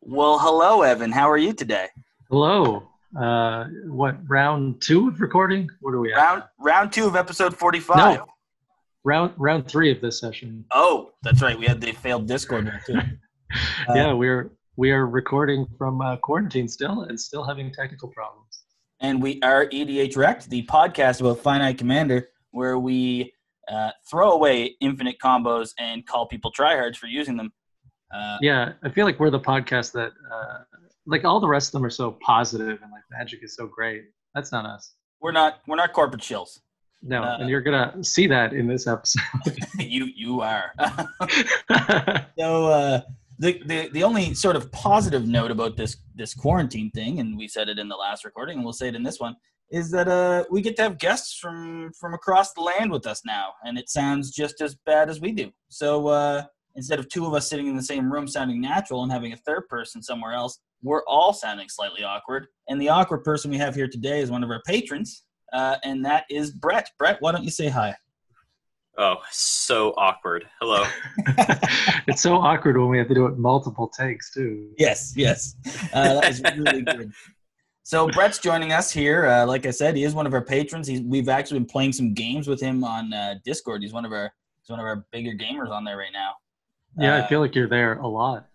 Well, hello, Evan. How are you today? Hello. Uh, what round two of recording? What are we at? Round round two of episode forty-five. No. Round round three of this session. Oh, that's right. We had the failed Discord there too. Uh, yeah, we're we are recording from uh, quarantine still, and still having technical problems. and we are E EDH Rect, the podcast about Finite Commander, where we uh, throw away infinite combos and call people tryhards for using them. Uh, Yeah, I feel like we're the podcast that, uh, like all the rest of them, are so positive and like magic is so great. That's not us. we're not we're not corporate shills. No, Uh, and you're gonna see that in this episode. you you are. So uh, the, the the only sort of positive note about this this quarantine thing, and we said it in the last recording, and we'll say it in this one, is that uh, we get to have guests from from across the land with us now, and it sounds just as bad as we do. So uh, instead of two of us sitting in the same room sounding natural and having a third person somewhere else, we're all sounding slightly awkward. And the awkward person we have here today is one of our patrons, uh, and that is Brett. Brett, why don't you say hi? Oh, so awkward. Hello. it's so awkward when we have to do it multiple takes too. Yes, yes. Uh, that was really good. So Brett's joining us here. Uh, like I said, he is one of our patrons. He's, we've actually been playing some games with him on uh, Discord. He's one of our he's one of our bigger gamers on there right now. Yeah, Uh, I feel like you're there a lot.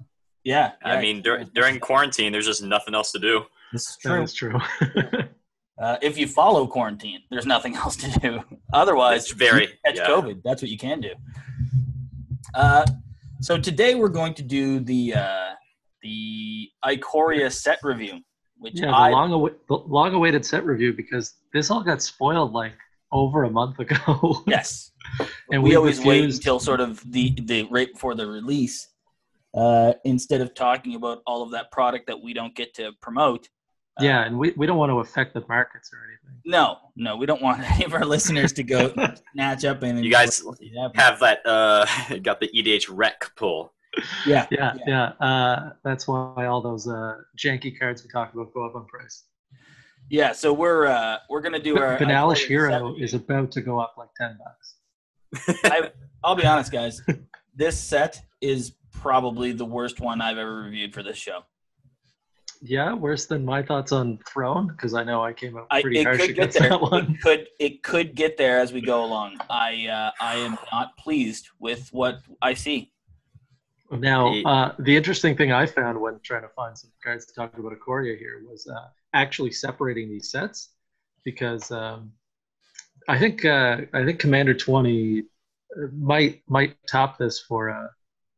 yeah. yeah, I mean, dur- during quarantine, there's just nothing else to do. this is That true. is true. Uh, if you follow quarantine, there's nothing else to do. Otherwise, It's very- you can catch yeah. COVID. That's what you can do. Uh, so today we're going to do the uh, the Icoria set review, which Yeah, I the long awa- the long awaited set review because this all got spoiled like over a month ago. Yes. And we, we always wait refused- until sort of the, the right before the release, uh, instead of talking about all of that product that we don't get to promote. Uh, yeah, and we, we don't want to affect the markets or anything. No, no, we don't want any of our listeners to go snatch up and You guys Yeah, have that, uh, got the EDH rec pull. yeah, Yeah, yeah. Uh, that's why all those uh, janky cards we talk about go up on price. yeah. So we're uh, we're gonna do our Banalish I've already Hero said- is about to go up like ten bucks. I'll be honest, guys. This set is probably the worst one I've ever reviewed for this show. Yeah, worse than my thoughts on Throne because I know I came up I, pretty it harsh could get against there. that one. It could it could get there as we go along. I uh, I am not pleased with what I see. Now, The- uh, the interesting thing I found when trying to find some cards to talk about Aquaria here was uh, actually separating these sets because um, I think uh, I think Commander Twenty uh, might might top this for uh,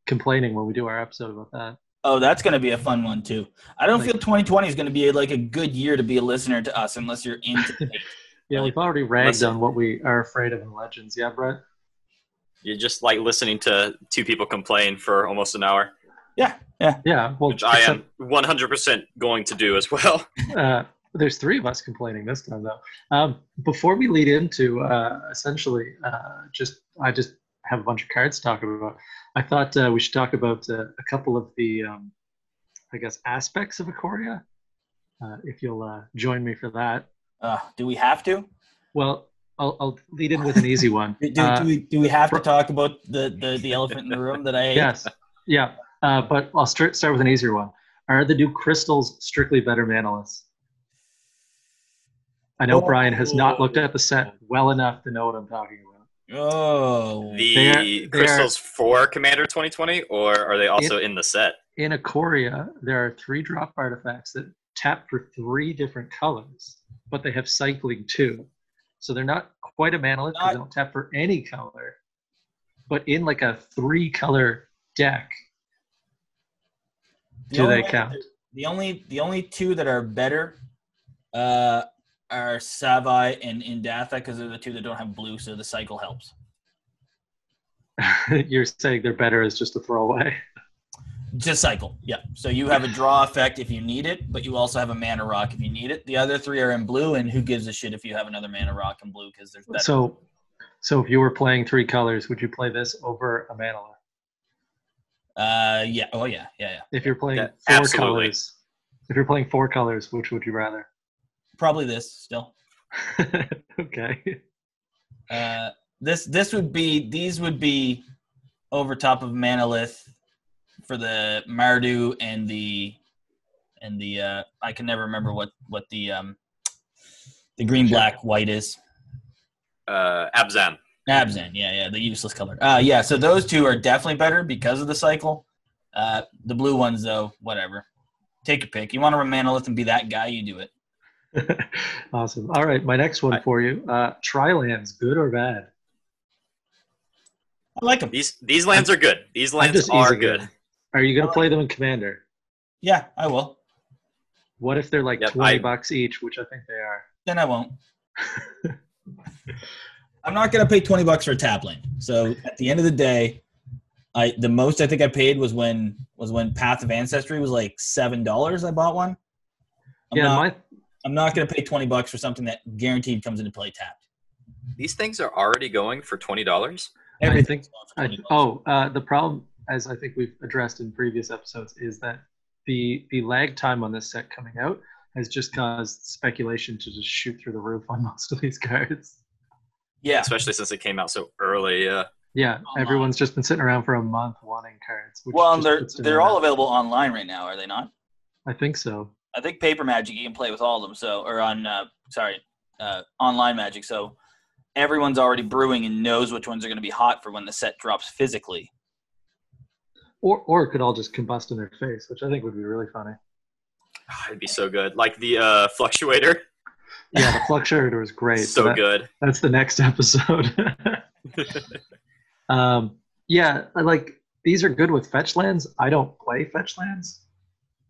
complaining when we do our episode about that. Oh, that's going to be a fun one too. I don't Like- feel 2020 is going to be like a good year to be a listener to us unless you're into it. Yeah, we've already ragged Listen. on what we are afraid of in Legends. Yeah, Brett. You're just like listening to two people complain for almost an hour, Yeah, well, which I am 100% going to do as well. uh, there's three of us complaining this time though. Um, before we lead into uh, essentially, uh, just I just have a bunch of cards to talk about. I thought uh, we should talk about uh, a couple of the, um, I guess, aspects of Aquaria. Uh, if you'll uh, join me for that. Uh, do we have to? Well, I'll, I'll lead in with an easy one. Do, do, Uh, do we, do we have to for- talk about the, the, the elephant in the room that I hate? yes, yeah. Uh, but I'll start start with an easier one. Are the new crystals strictly better manalists? I know Brian has not looked at the set well enough to know what I'm talking about. Oh. The They are- they are- crystals for Commander 2020, or are they also in the set? In Aquaria, there are three drop artifacts that tap for three different colors, but they have cycling too. So they're not quite a manalith because they don't tap for any color. But in like a three color deck, The do only they one count? that- The only the only two that are better uh, are Savai and Indatha because they're the two that don't have blue, so the cycle helps. you're saying they're better as just a throwaway. Just cycle, yeah. So you have a draw effect if you need it, but you also have a mana rock if you need it. The other three are in blue, and who gives a shit if you have another mana rock in blue because there's better. So, so if you were playing three colors, would you play this over a Manila? uh, yeah, oh yeah, yeah, yeah. If you're playing Yeah, four absolutely. colors, if you're playing four colors, which would you rather? Probably this still. okay. Uh, this this would be these would be over top of Manolith for the Mardu and the and the uh, I can never remember what what the um, the green, black, white is. Uh, Abzan. Abzan, yeah, yeah, the useless color. Uh, yeah, so those two are definitely better because of the cycle. Uh, the blue ones, though, whatever. Take a pick. You want to run Manolith and be that guy, you do it. awesome. All right, my next one for you. Uh, Trilands, good or bad? I like them. These these lands are good. These I'm lands just are easing good. it. Are you going to play them in Commander? Yeah, I will. What if they're like Yep, 20 I- bucks each, which I think they are? Then I won't. I'm not gonna pay twenty bucks for a tap lane. So at the end of the day, I the most I think I paid was when was when Path of Ancestry was like seven dollars. I bought one. I'm yeah, not, my, I'm not gonna pay twenty bucks for something that guaranteed comes into play tapped. These things are already going for twenty dollars. I Everything. think. I, oh, uh, the problem, as I think we've addressed in previous episodes, is that the the lag time on this set coming out has just caused speculation to just shoot through the roof on most of these cards. yeah. Especially since it came out so early. Uh, Yeah, Online. everyone's just been sitting around for a month wanting cards. Which Oh, Well, just they're puts it they're in all a- available online right now, are they not? I think so. I think paper magic you can play with all of them. So or on uh, sorry, uh, online magic. So everyone's already brewing and knows which ones are going to be hot for when the set drops physically. Or or it could all just combust in their face, which I think would be really funny. ah, it'd be so good. Like the uh, fluctuator. Yeah, the fluctuator was great. so That- good. That's the next episode. um, yeah, I like these are good with fetch lands. I don't play fetch lands.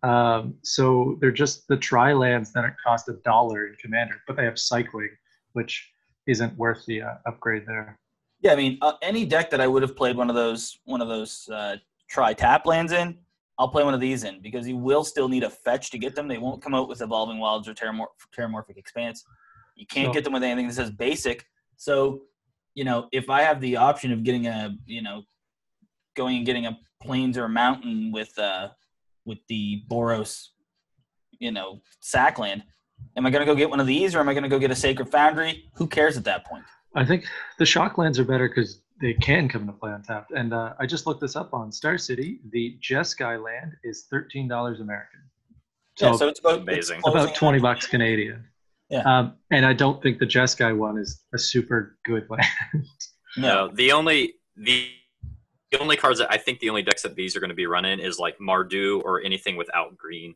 Um, so they're just the tri lands that are cost a dollar in Commander, but they have cycling, which isn't worth the uh, upgrade there. Yeah, I mean, uh, any deck that I would have played one of those one of those uh, try tap lands in, I'll play one of these in because you will still need a fetch to get them. They won't come out with evolving wilds or terramor- terramorphic expanse. You can't No. get them with anything that says basic. So, you know, if I have the option of getting a, you know, going and getting a plains or a mountain with uh with the Boros, you know, sack land, am I going to go get one of these or am I going to go get a sacred foundry? Who cares at that point? I think the shock lands are better because they can come into play untapped. And uh, I just looked this up on Star City. The Jeskai land is $13 American. Yeah, so it's about it's amazing. closing in about on 20 bucks Canadian. Yeah. Um, and I don't think the Jeskai one is a super good one. No. No, the only the the only cards that I think the only decks that these are going to be running is like Mardu or anything without green.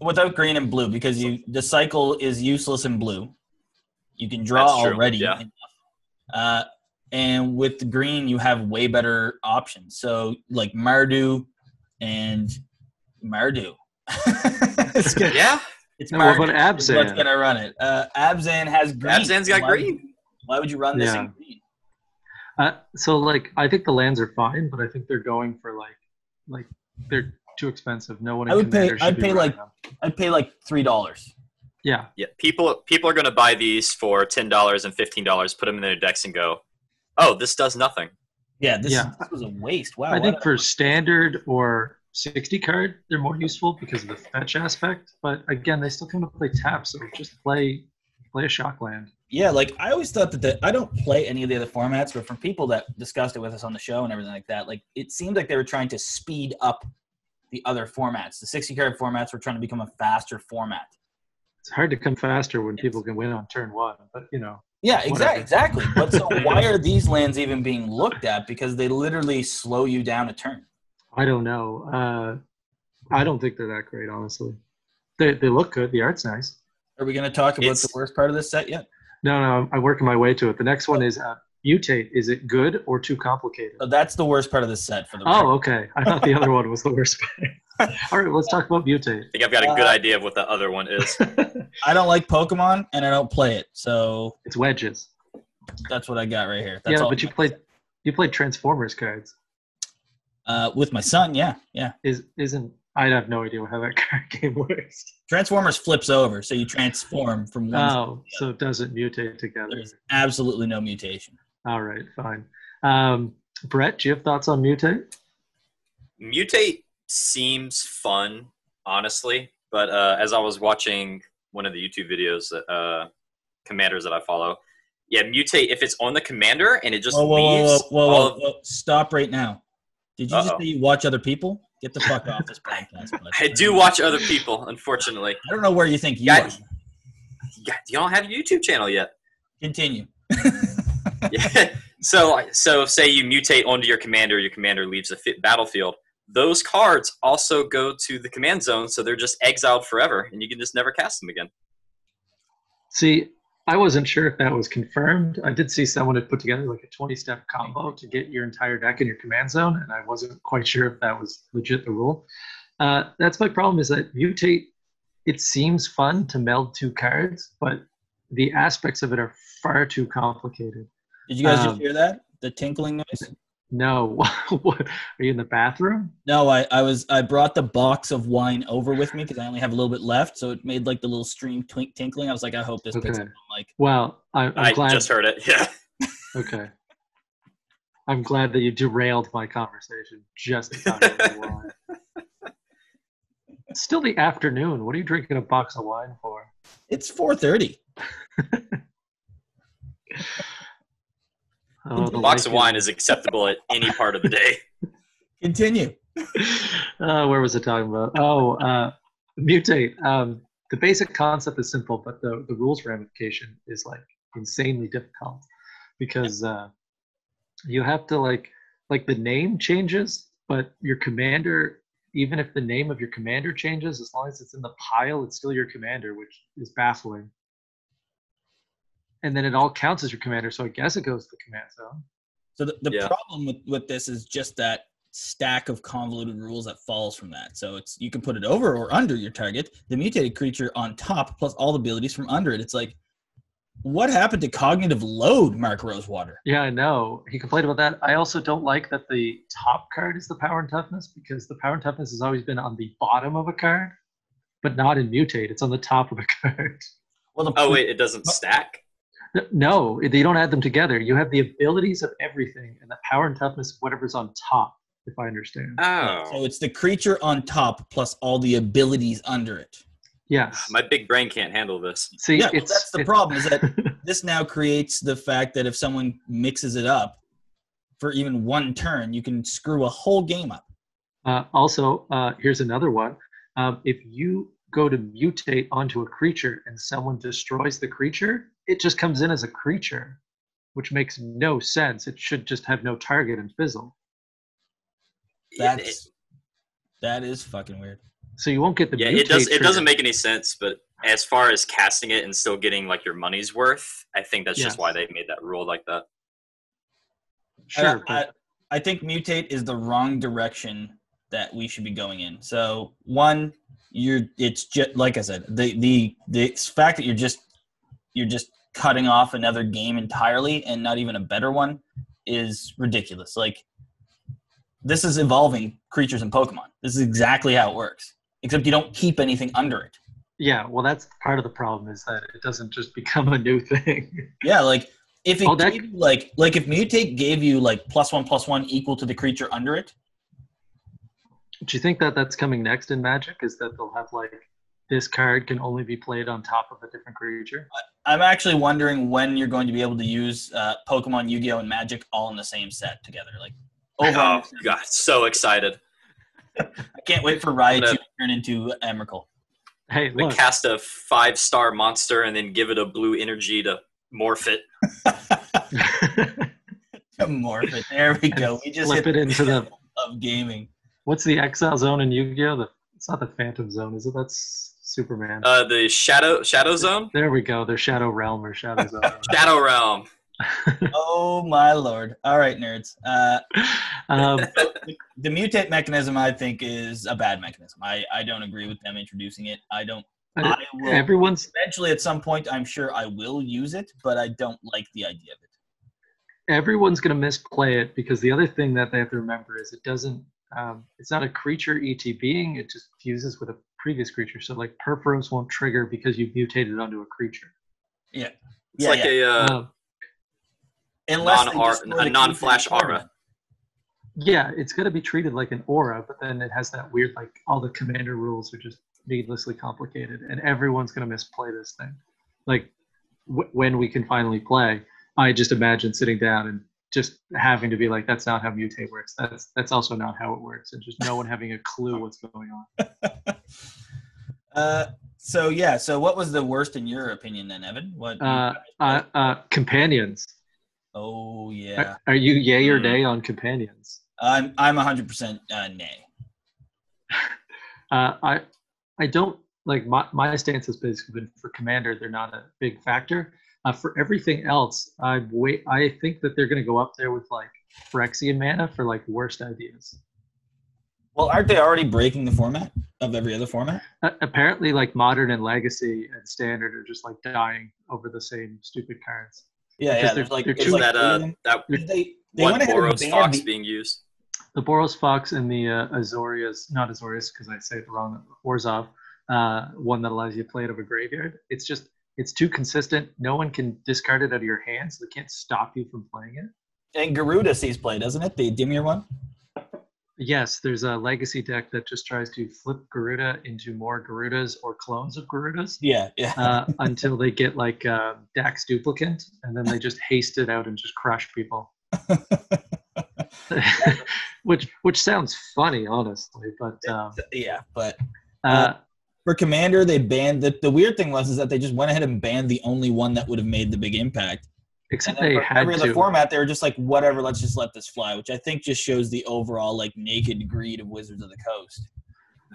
Without green and blue, because you the cycle is useless in blue. You can draw That's true, already. yeah. Uh, and with the green, you have way better options. So like Mardu and Mardu. it's gonna, Yeah, it's And what Mardu. about Abzan? What's gonna run it? Uh, Abzan has green. Abzan's got Why- green. Why would you run this Yeah. in green? Uh, so like, I think the lands are fine, but I think they're going for like, like they're too expensive. No one in I would pay- Commander should I'd be pay, running like- them. I'd pay like three dollars. yeah, Yeah, people people are going to buy these for ten dollars and fifteen dollars. Put them in their decks and go, oh, this does nothing. Yeah, this, Yeah. this was a waste. Wow. I why think did for standard or 60 card, they're more useful because of the fetch aspect. But again, they still come to play tap, so just play play a shock land. Yeah, like I always thought that the, I don't play any of the other formats, but from people that discussed it with us on the show and everything like that, like it seemed like they were trying to speed up the other formats. The 60 card formats were trying to become a faster format. It's hard to come faster when Yes. people can win on turn one, but you know. Yeah, Whatever. exactly. Exactly. But so why are these lands even being looked at? Because they literally slow you down a turn. I don't know. Uh, I don't think they're that great, honestly. They, they look good. The art's nice. Are we going to talk about It's- the worst part of this set yet? No, no, I'm- I'm working my way to it. The next one is uh, mutate. Is it good or too complicated? So Uh, that's the worst part of this set for the. Oh, okay. I thought the other one was the worst. part. All right, let's talk about mutate. I think I've got a good Uh, idea of what the other one is. I don't like Pokemon and I don't play it, so It's wedges. that's what I got right here. That's yeah, all but you played you played Transformers cards. uh, with my son. Yeah, yeah. Is isn't I have no idea how that card game works. Transformers flips over, so you transform from one. Oh, so it doesn't mutate together. There's absolutely no mutation. All right, fine. Um, Brett, do you have thoughts on mutate? Mutate seems fun, honestly. But uh, as I was watching one of the YouTube videos, that, uh, commanders that I follow, yeah, mutate if it's on the commander and it just Whoa, whoa, whoa, leaves whoa, whoa, all whoa, of whoa. Stop right now. Did you just Uh-oh. say you watch other people? Get the fuck off this podcast. bud. I do watch other people, unfortunately. I don't know where you think you Yeah. are. Yeah, you don't have a YouTube channel yet. Continue. Yeah. so, so say you mutate onto your commander, your commander leaves the fit battlefield. Those cards also go to the command zone, so they're just exiled forever, and you can just never cast them again. See, I wasn't sure if that was confirmed. I did see someone had put together like a 20 step combo to get your entire deck in your command zone, and I wasn't quite sure if that was legit the rule. Uh, that's my problem is that mutate, it seems fun to meld two cards, but the aspects of it are far too complicated. Did you guys just Um, hear that? The tinkling noise? No, what, are you in the bathroom? No, I, I was I brought the box of wine over with me because I only have a little bit left, so it made like the little stream twink tinkling. I was like, I hope this picks Okay. up on like Well, I, I'm i glad. just heard it. Yeah. Okay. I'm glad that you derailed my conversation just to talk about wine. It's Still the afternoon. What are you drinking a box of wine for? it's four thirty. Oh, A box of life wine is acceptable at any part of the day. Continue. uh, where was it talking about? Oh, uh, mutate. Um, the basic concept is simple, but the, the rules ramification is like insanely difficult because uh, you have to like like the name changes, but your commander, even if the name of your commander changes, as long as it's in the pile, it's still your commander, which is baffling. And then it all counts as your commander, so I guess it goes to the command zone. So the, the Yeah. problem with, with this is just that stack of convoluted rules that falls from that. So it's you can put it over or under your target, the mutated creature on top, plus all the abilities from under it. It's like, what happened to cognitive load, Mark Rosewater? Yeah, I know. He complained about that. I also don't like that the top card is the power and toughness because the power and toughness has always been on the bottom of a card, but not in mutate. It's on the top of a card. Well, the, Oh wait, it doesn't stack. No, you don't add them together. You have the abilities of everything and the power and toughness of whatever's on top, if I understand. so Oh, it's the creature on top plus all the abilities under it. Yes. my big brain can't handle this. See, yeah, well, it's, that's the it- problem is that this now creates the fact that if someone mixes it up for even one turn, you can screw a whole game up. Uh, also, uh, here's another one. Um, if you go to mutate onto a creature and someone destroys the creature, it just comes in as a creature, which makes no sense. It should just have no target and fizzle. It- it- That's that is fucking weird. So you won't get the yeah, mutate. it does. It trigger. doesn't make any sense. But as far as casting it and still getting like your money's worth, I think that's just Yes. why they made that rule like that. Sure, I, I, but I think mutate is the wrong direction that we should be going in. So one, you're it's just like I said, the the the fact that you're just you're just cutting off another game entirely and not even a better one is ridiculous. Like this is evolving creatures in Pokemon. This is exactly how it works. Except you don't keep anything under it. yeah. Well, that's part of the problem is that it doesn't just become a new thing. Yeah, like if it Oh, that- gave you, like like if mutate gave you like plus one plus one equal to the creature under it, Do you think that that's coming next in Magic? Is that they'll have like this card can only be played on top of a different creature? I'm actually wondering when you're going to be able to use uh, Pokemon, Yu-Gi-Oh, and Magic all in the same set together. Like, over. Oh god, so excited! I can't wait for Raichu No. to turn into Emrakul. Hey, They look. cast a five star monster and then give it a blue energy to morph it. Morph it. There we go. We just Flip hit it into the of gaming. What's the exile zone in Yu-Gi-Oh? The, it's not the Phantom Zone, is it? That's Superman. Uh, the shadow shadow zone, there we go. Their Shadow Realm or Shadow Zone. shadow realm. Oh my lord! All right, nerds. Uh, um, the mutate mechanism, I think, is a bad mechanism. I, I don't agree with them introducing it. I don't. I will everyone's eventually, at some point, I'm sure I will use it, but I don't like the idea of it. everyone's going to misplay it because the other thing that they have to remember is it doesn't. Um, it's not a creature ETBing. It just fuses with a previous creature. So like Perforos won't trigger because you've mutated onto a creature. It's Yeah, like yeah. a uh, Um, Unless they Non-aura- destroy a the creature non-flash in the corner. aura. yeah, it's going to be treated like an aura, but then it has that weird like all the commander rules are just needlessly complicated, and everyone's going to misplay this thing. Like w- when we can finally play, I just imagine sitting down and just having to be like, that's not how mutate works. That's that's also not how it works, and just no one having a clue what's going on. Uh, so yeah. So what was the worst in your opinion then, Evan? What? Uh, uh, uh, companions. oh yeah. Are, are you yay or Mm. nay on companions? I'm I'm 100% uh, nay. Uh, I I don't like my my stance has basically been for commander. They're not a big factor. Uh, for everything else, I wait. I think that they're going to go up there with like Phyrexian mana for like worst ideas. Well, aren't they already breaking the format of every other format? Uh, apparently, like modern and legacy and standard are just like dying over the same stupid cards. Yeah, Because yeah. they're- There's like, they're there's too- like that eight of uh them. that they, they one went ahead and Boros banned Fox the- being used. the Boros Fox and the uh, Azorius, not Azorius because I say it wrong, Orzov, uh, one that allows you to play out of a graveyard. It's just, it's too consistent. No one can discard it out of your hand, so they can't stop you from playing it. and Garuda sees play, doesn't it? The Dimir one. Yes, there's a legacy deck that just tries to flip Garuda into more Garudas or clones of Garudas Yeah, yeah. uh, until they get like uh, Dax duplicate, and then they just haste it out and just crush people. which which sounds funny, honestly, but um, yeah, but uh, for Commander, they banned the, the weird thing was is that they just went ahead and banned the only one that would have made the big impact. And except then they for had every other to. format, they were just like, whatever, let's just let this fly, which I think just shows the overall like naked greed of Wizards of the Coast.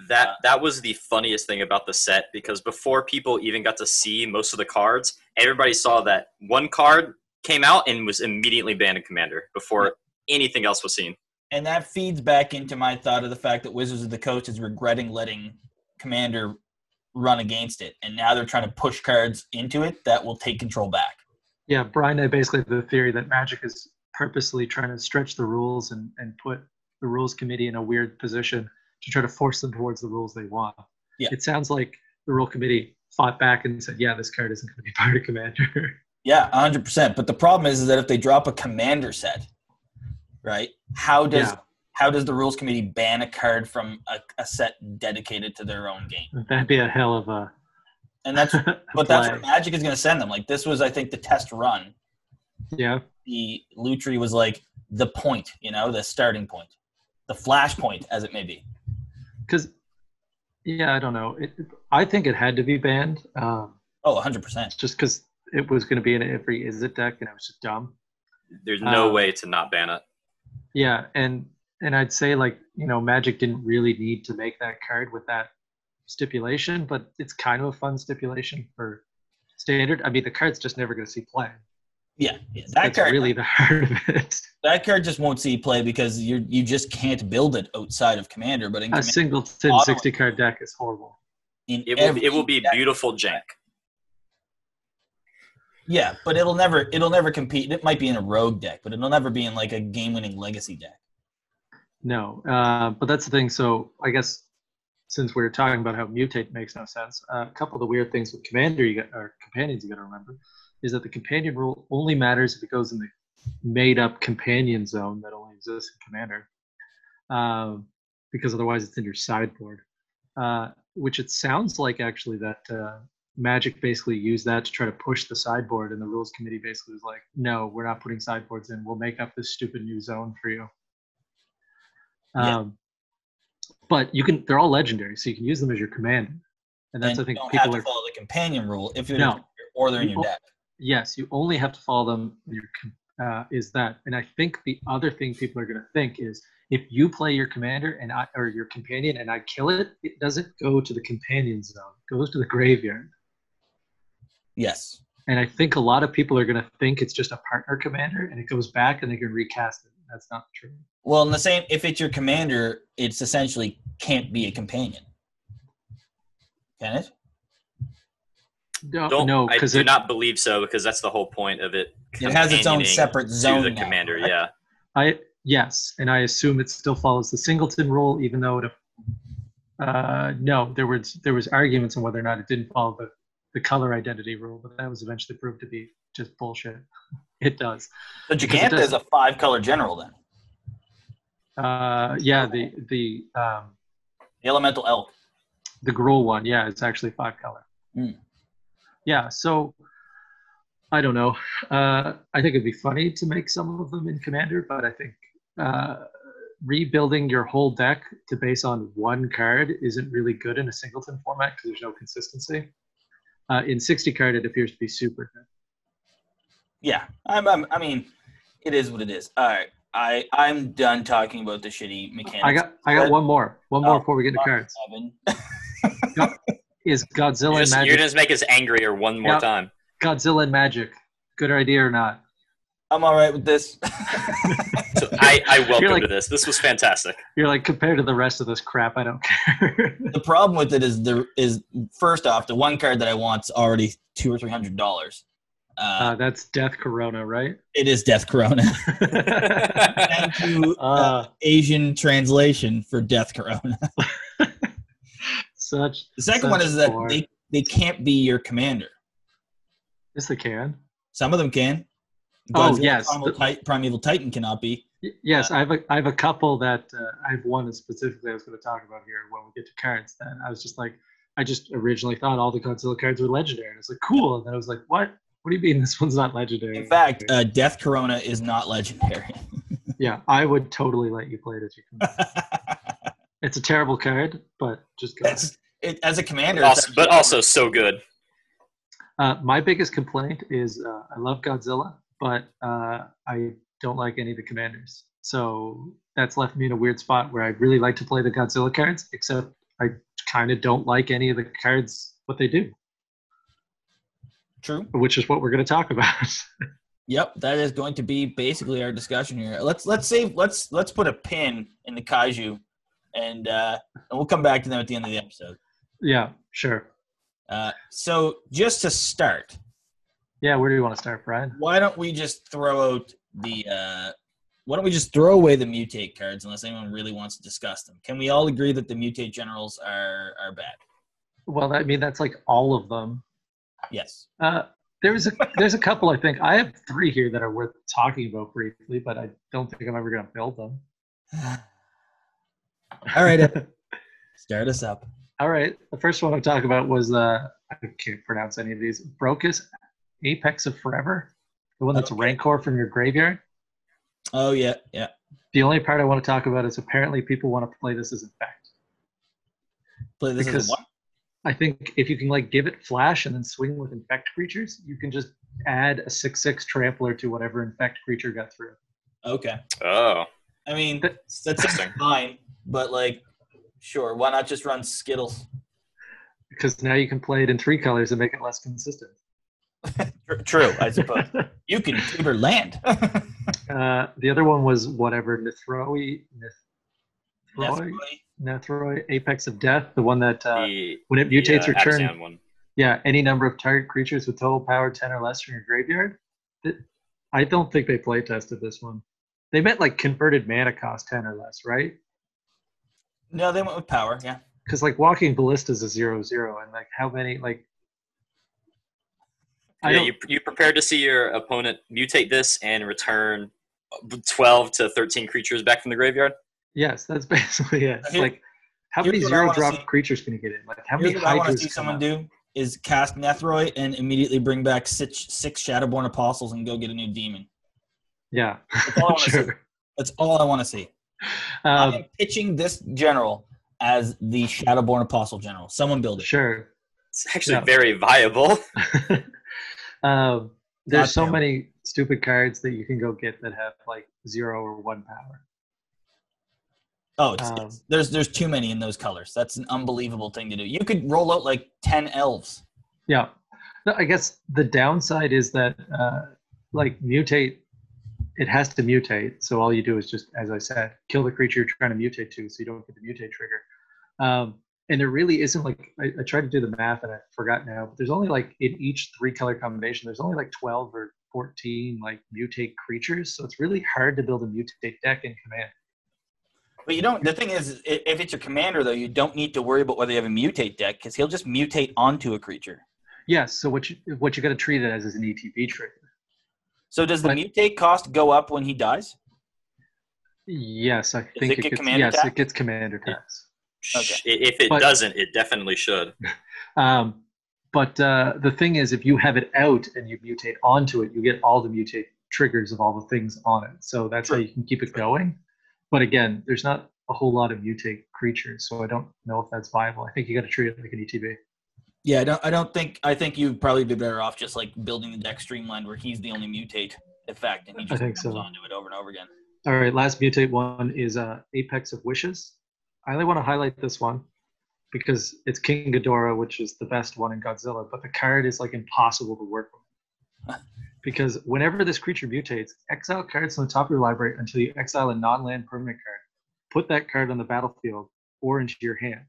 That that was the funniest thing about the set because before people even got to see most of the cards, everybody saw that one card came out and was immediately banned in Commander before anything else was seen. And that feeds back into my thought of the fact that Wizards of the Coast is regretting letting Commander run against it. And now they're trying to push cards into it that will take control back. Yeah, Brian had basically the theory that Magic is purposely trying to stretch the rules and, and put the rules committee in a weird position to try to force them towards the rules they want. Yeah. It sounds like the rule committee fought back and said, yeah, this card isn't going to be part of Commander. Yeah, 100%. But the problem is, is that if they drop a commander set, right? How does Yeah. how does the rules committee ban a card from a, a set dedicated to their own game? That'd be a hell of a. And that's but that's where play. Magic is going to send them. Like this was I think the test run. yeah. The Lutri was like the point, you know, the starting point. The flash point as it may be. Because, yeah, I don't know. It, I think it had to be banned um, Oh, 100%. just because it was going to be in every Is It deck and it was just dumb. There's no Um, way to not ban it. Yeah, and and I'd say like you know Magic didn't really need to make that card with that stipulation, but it's kind of a fun stipulation for standard. I mean, the card's just never going to see play. Yeah. yeah. That That's card really the heart of it. that card just won't see play because you you just can't build it outside of commander, but in A commander, singleton Ottawa. sixty card deck is horrible. in It will, it every will be deck- beautiful jank. Yeah, but it'll never it'll never compete. It might be in a rogue deck, but it'll never be in like a game winning legacy deck. No, uh, but that's the thing. So I guess since we were talking about how mutate makes no sense, uh, a couple of the weird things with commander you got, or companions you got to remember is that the companion rule only matters if it goes in the made-up companion zone that only exists in commander, um, because otherwise it's in your sideboard. Uh, which it sounds like actually that uh, Magic basically used that to try to push the sideboard, and the rules committee basically was like, "No, we're not putting sideboards in. We'll make up this stupid new zone for you." Yeah. Um, but you can—they're all legendary, so you can use them as your commander, and that's And I think you don't have people to are. follow the companion rule if they're No. or they're in your People- deck. Yes, you only have to follow them. when Your com- uh, is that, and I think the other thing people are going to think is if you play your commander and I or your companion and I kill it, it doesn't go to the companion zone; it goes to the graveyard. Yes. And I think a lot of people are going to think it's just a partner commander, and it goes back, and they can recast it. That's not true. Well, in the same, if it's your commander, it's essentially can't be a companion. Can it? No, Don't no, I because do not believe so because that's the whole point of it. It has its own companioning separate to zone. the now. commander. Yeah, I yes, and I assume it still follows the singleton rule, even though it. Uh, no, there was there was arguments on whether or not it didn't follow the, the color identity rule, but that was eventually proved to be just bullshit. It does. So Because it Giganta is a five color general then. Uh, yeah, the the um, The elemental elk. the gruel one. Yeah, it's actually five color. Hmm. Yeah, so I don't know. Uh, I think it'd be funny to make some of them in Commander, but I think uh, rebuilding your whole deck to base on one card isn't really good in a singleton format because there's no consistency. Uh, in 60 card, it appears to be super good. Yeah, I'm, I'm, I mean, it is what it is. All right, I I'm done talking about the shitty mechanics. I got I got But- one more. One more Oh, before we get to cards. Seven. Is Godzilla You're and just, you're Magic just make us angrier one more Yeah. time. Godzilla and Magic. Good idea or not? I'm all right with this. So I, I welcome like- to this. This was fantastic. You're like compared to the rest of this crap, I don't care. the problem with it is the is first off the one card that I want's already two or three hundred dollars. Uh, uh, that's Death Corona, right? it is Death Corona. Thank I you, uh, Uh, Asian translation for Death Corona. such The second one such is that bore. they, they can't be your commander. Yes, they can. Some of them can. Oh, yes. Primal, Tit- Primeval Titan cannot be. Y- Yes, Uh, I have a I have a couple that uh, I have one that specifically I was going to talk about here when we get to cards. That I was just like, I just originally thought all the Godzilla cards were legendary, and it's like cool. And then I was like, what? What do you mean this one's not legendary? In fact, uh, Death Corona is not legendary. yeah, I would totally let you play it if you can. It's a terrible card, but just go. That's it, as a commander. it's Also, but actually- also so good. Uh, my biggest complaint is uh, I love Godzilla, but uh, I don't like any of the commanders. So that's left me in a weird spot where I really like to play the Godzilla cards, except I kind of don't like any of the cards what they do, true. which is what we're going to talk about. Yep, that is going to be basically our discussion here. Let's let's save let's let's put a pin in the kaiju, and uh, and we'll come back to them at the end of the episode. yeah, sure. Uh, so just to start, Yeah, where do you want to start, Brian? why don't we just throw out the uh, why don't we just throw away the mutate cards unless anyone really wants to discuss them? Can we all agree that the mutate generals are are bad? Well, I mean that's like all of them. Yes. Uh, there's a there's a couple I think I have three here that are worth talking about briefly, but I don't think I'm ever going to build them. All right, uh, Evan, start us up. All right. The first one I'm talking about was uh, I can't pronounce any of these. Brocus, Apex of Forever, the one that's Okay. Rancor from your graveyard. Oh yeah, yeah. The only part I want to talk about is apparently people want to play this as effect. Play this as Because a one. I think if you can like give it flash and then swing with infect creatures, you can just add a six six trampler to whatever infect creature got through. Okay. Oh, I mean, Th- that's interesting. fine, but like, sure, why not just run Skittles? Because now you can play it in three colors and make it less consistent. True, I suppose. you can tutor land. Uh, the other one was whatever Nithroi, Nithroi, Nethroi, Apex of Death, the one that uh, the, when it the, mutates uh, or turn, Abzan one. yeah, any number of target creatures with total power 10 or less from your graveyard. Th- I don't think they play tested this one. They meant like converted mana cost 10 or less, right? No, they went with power. Yeah. Because like walking ballista is a zero zero, and like how many like I yeah, don't- you you prepared to see your opponent mutate this and return twelve to thirteen creatures back from the graveyard. yes, that's basically it. It's Here- like how here's many what I zero wanna drop see. creatures can you get in? Like how Here's what many I want to hydras? see come someone out? do is cast Nethroy and immediately bring back six, six Shadowborn Apostles and go get a new demon. Yeah, That's all I want to see. sure. That's all I want to see. I Um, am pitching this general as the Shadowborn Apostle general. Someone build it. sure. It's actually Yeah. very viable. um, Goddamn. there's so many stupid cards that you can go get that have like zero or one power. Oh, it's, Um, it's- there's there's too many in those colors. That's an unbelievable thing to do. You could roll out like ten elves. Yeah. No, I guess the downside is that, uh, like, mutate, it has to mutate. So all you do is just, as I said, kill the creature you're trying to mutate to so you don't get the mutate trigger. Um, and there really isn't like, I, I tried to do the math and I forgot now, but there's only like in each three color combination, there's only like 12 or 14 like mutate creatures. So it's really hard to build a mutate deck in command. But you don't. The thing is, i- if it's your commander, though, you don't need to worry about whether you have a mutate deck because he'll just mutate onto a creature. Yes. So what you, what you got to treat it as is an ETB trigger. So does the But- mutate cost go up when he dies? Yes. I it think get it, gets, commander yes, tax? it gets commander tax. Sh- If it But- doesn't, it definitely should. Um, But uh, the thing is, if you have it out and you mutate onto it, you get all the mutate triggers of all the things on it. So that's how you can keep it going. But again, there's not a whole lot of mutate creatures, so I don't know if that's viable. I think you got to treat it like an E ETB. Yeah, I don't. I don't think. I think you'd probably be better off just like building the deck streamlined where he's the only mutate effect, and he just think comes so. onto it over and over again. All right, last mutate one is uh, Apex of Wishes. I only want to highlight this one because it's King Ghidorah, which is the best one in Godzilla, but the card is like impossible to work with. Because whenever this creature mutates, exile cards from the top of your library until you exile a non land permanent card. Put that card on the battlefield or into your hand,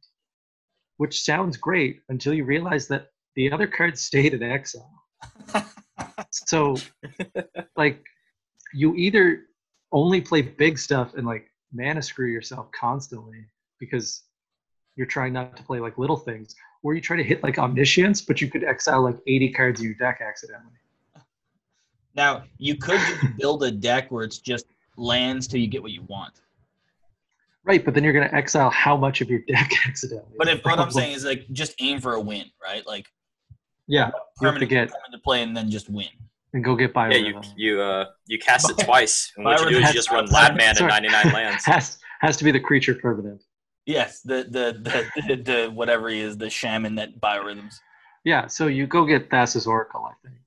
which sounds great until you realize that the other card stayed in exile. so, like, you either only play big stuff and like mana screw yourself constantly because you're trying not to play like little things, or you try to hit like omniscience, but you could exile like 80 cards in your deck accidentally. Now you could just build a deck where it's just lands till you get what you want. Right, but then you're going to exile how much of your deck accidentally. But if what I'm saying is like just aim for a win, right? Like yeah, you have to permanent, get permanent play and then just win. and go get by. Yeah, you you uh you cast it twice, and what you Byron do is you has- just run Lad Man and Sorry. 99 lands. has has to be the creature permanent. Yes, the the the, the, the whatever he is, the shaman that biorhythms. Yeah, so you go get Thassa's Oracle, I think,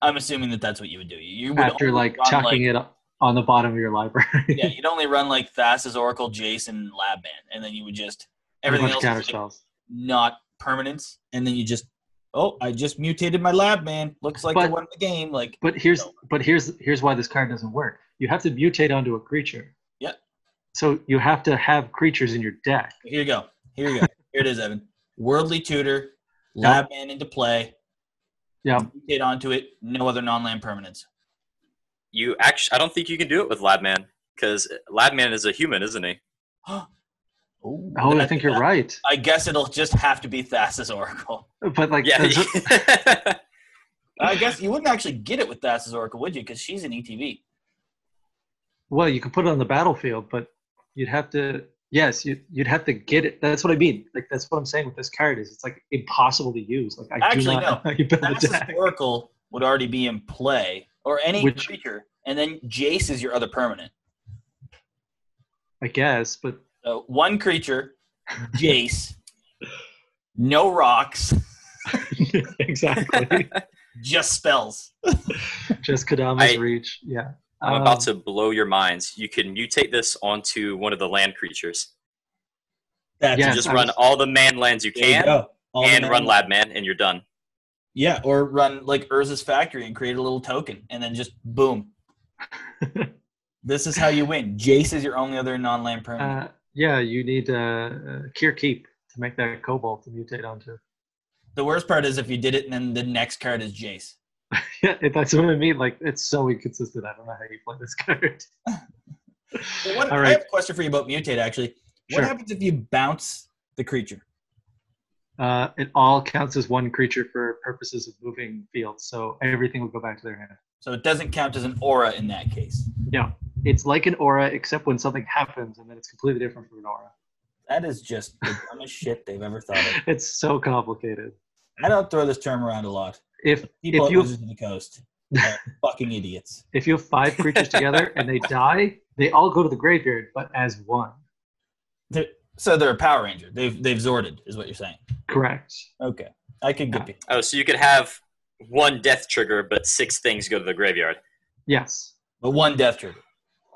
I'm assuming that that's what you would do. You would after only like run, chucking like- it on the bottom of your library. yeah, you'd only run like Thassa's Oracle, Jason, Labman, and then you would just a everything bunch else of counter is like spells. not permanence, and then you just oh, I just mutated my Labman. Looks like I But- won the game. Like But here's but here's here's why this card doesn't work. You have to mutate onto a creature. Yeah. So you have to have creatures in your deck. here you go, here you go, here it is, Evan. Worldly Tutor, Labman into play. Yeah. mutate onto it. No other non-land permanence. You actually, I don't think you can do it with Lad Man because Lad Man is a human, isn't he? Ooh, Oh, I that- think you're that- right. I guess it'll just have to be Thassa's Oracle. But like, Yeah. that's- I guess you wouldn't actually get it with Thassa's Oracle, would you? Because she's an E ETV. well, you could put it on the battlefield, but you'd have to. Yes, you, you'd have to get it. That's what I mean. Like that's what I'm saying with this card is it's like impossible to use. Like I Actually, do not. you build a Thassa's deck. Oracle would already be in play, or any Which- creature, and then Jace is your other permanent. I guess, but So one creature, Jace, no rocks, exactly. just spells. Just Kadama's I- reach. Yeah. I'm about Um, to blow your minds. You can mutate this onto one of the land creatures. That's Yeah, You just I run was- all the man lands you There you can, go. All the and men- run Lad Man, and you're done. Yeah, or run like Urza's Factory and create a little token, and then just boom. this is how you win. Jace is your only other non-land permanent. Uh, yeah, you need uh, uh, Kier Keep to make that Cobalt to mutate onto. The worst part is if you did it and then the next card is Jace. yeah, that's what I mean. Like, it's so inconsistent. I don't know how you play this card. But what, All I right. have a question for you about mutate actually. Sure. What happens if you bounce the creature? Uh, it all counts as one creature for purposes of moving fields, so everything will go back to their hand. So it doesn't count as an aura in that case. No, it's like an aura, except when something happens, and then it's completely different from an aura. That is just the dumbest shit they've ever thought of. It's so complicated. I don't throw this term around a lot. If People If at you- Wizards of the Coast are fucking idiots. if you have five creatures together and they die, they all go to the graveyard, but as one. They're- so they're a Power Ranger. They've they've zorded, is what you're saying. Correct. Okay. I could get behind Oh, so you could have one death trigger, but six things go to the graveyard. Yes. But one death trigger.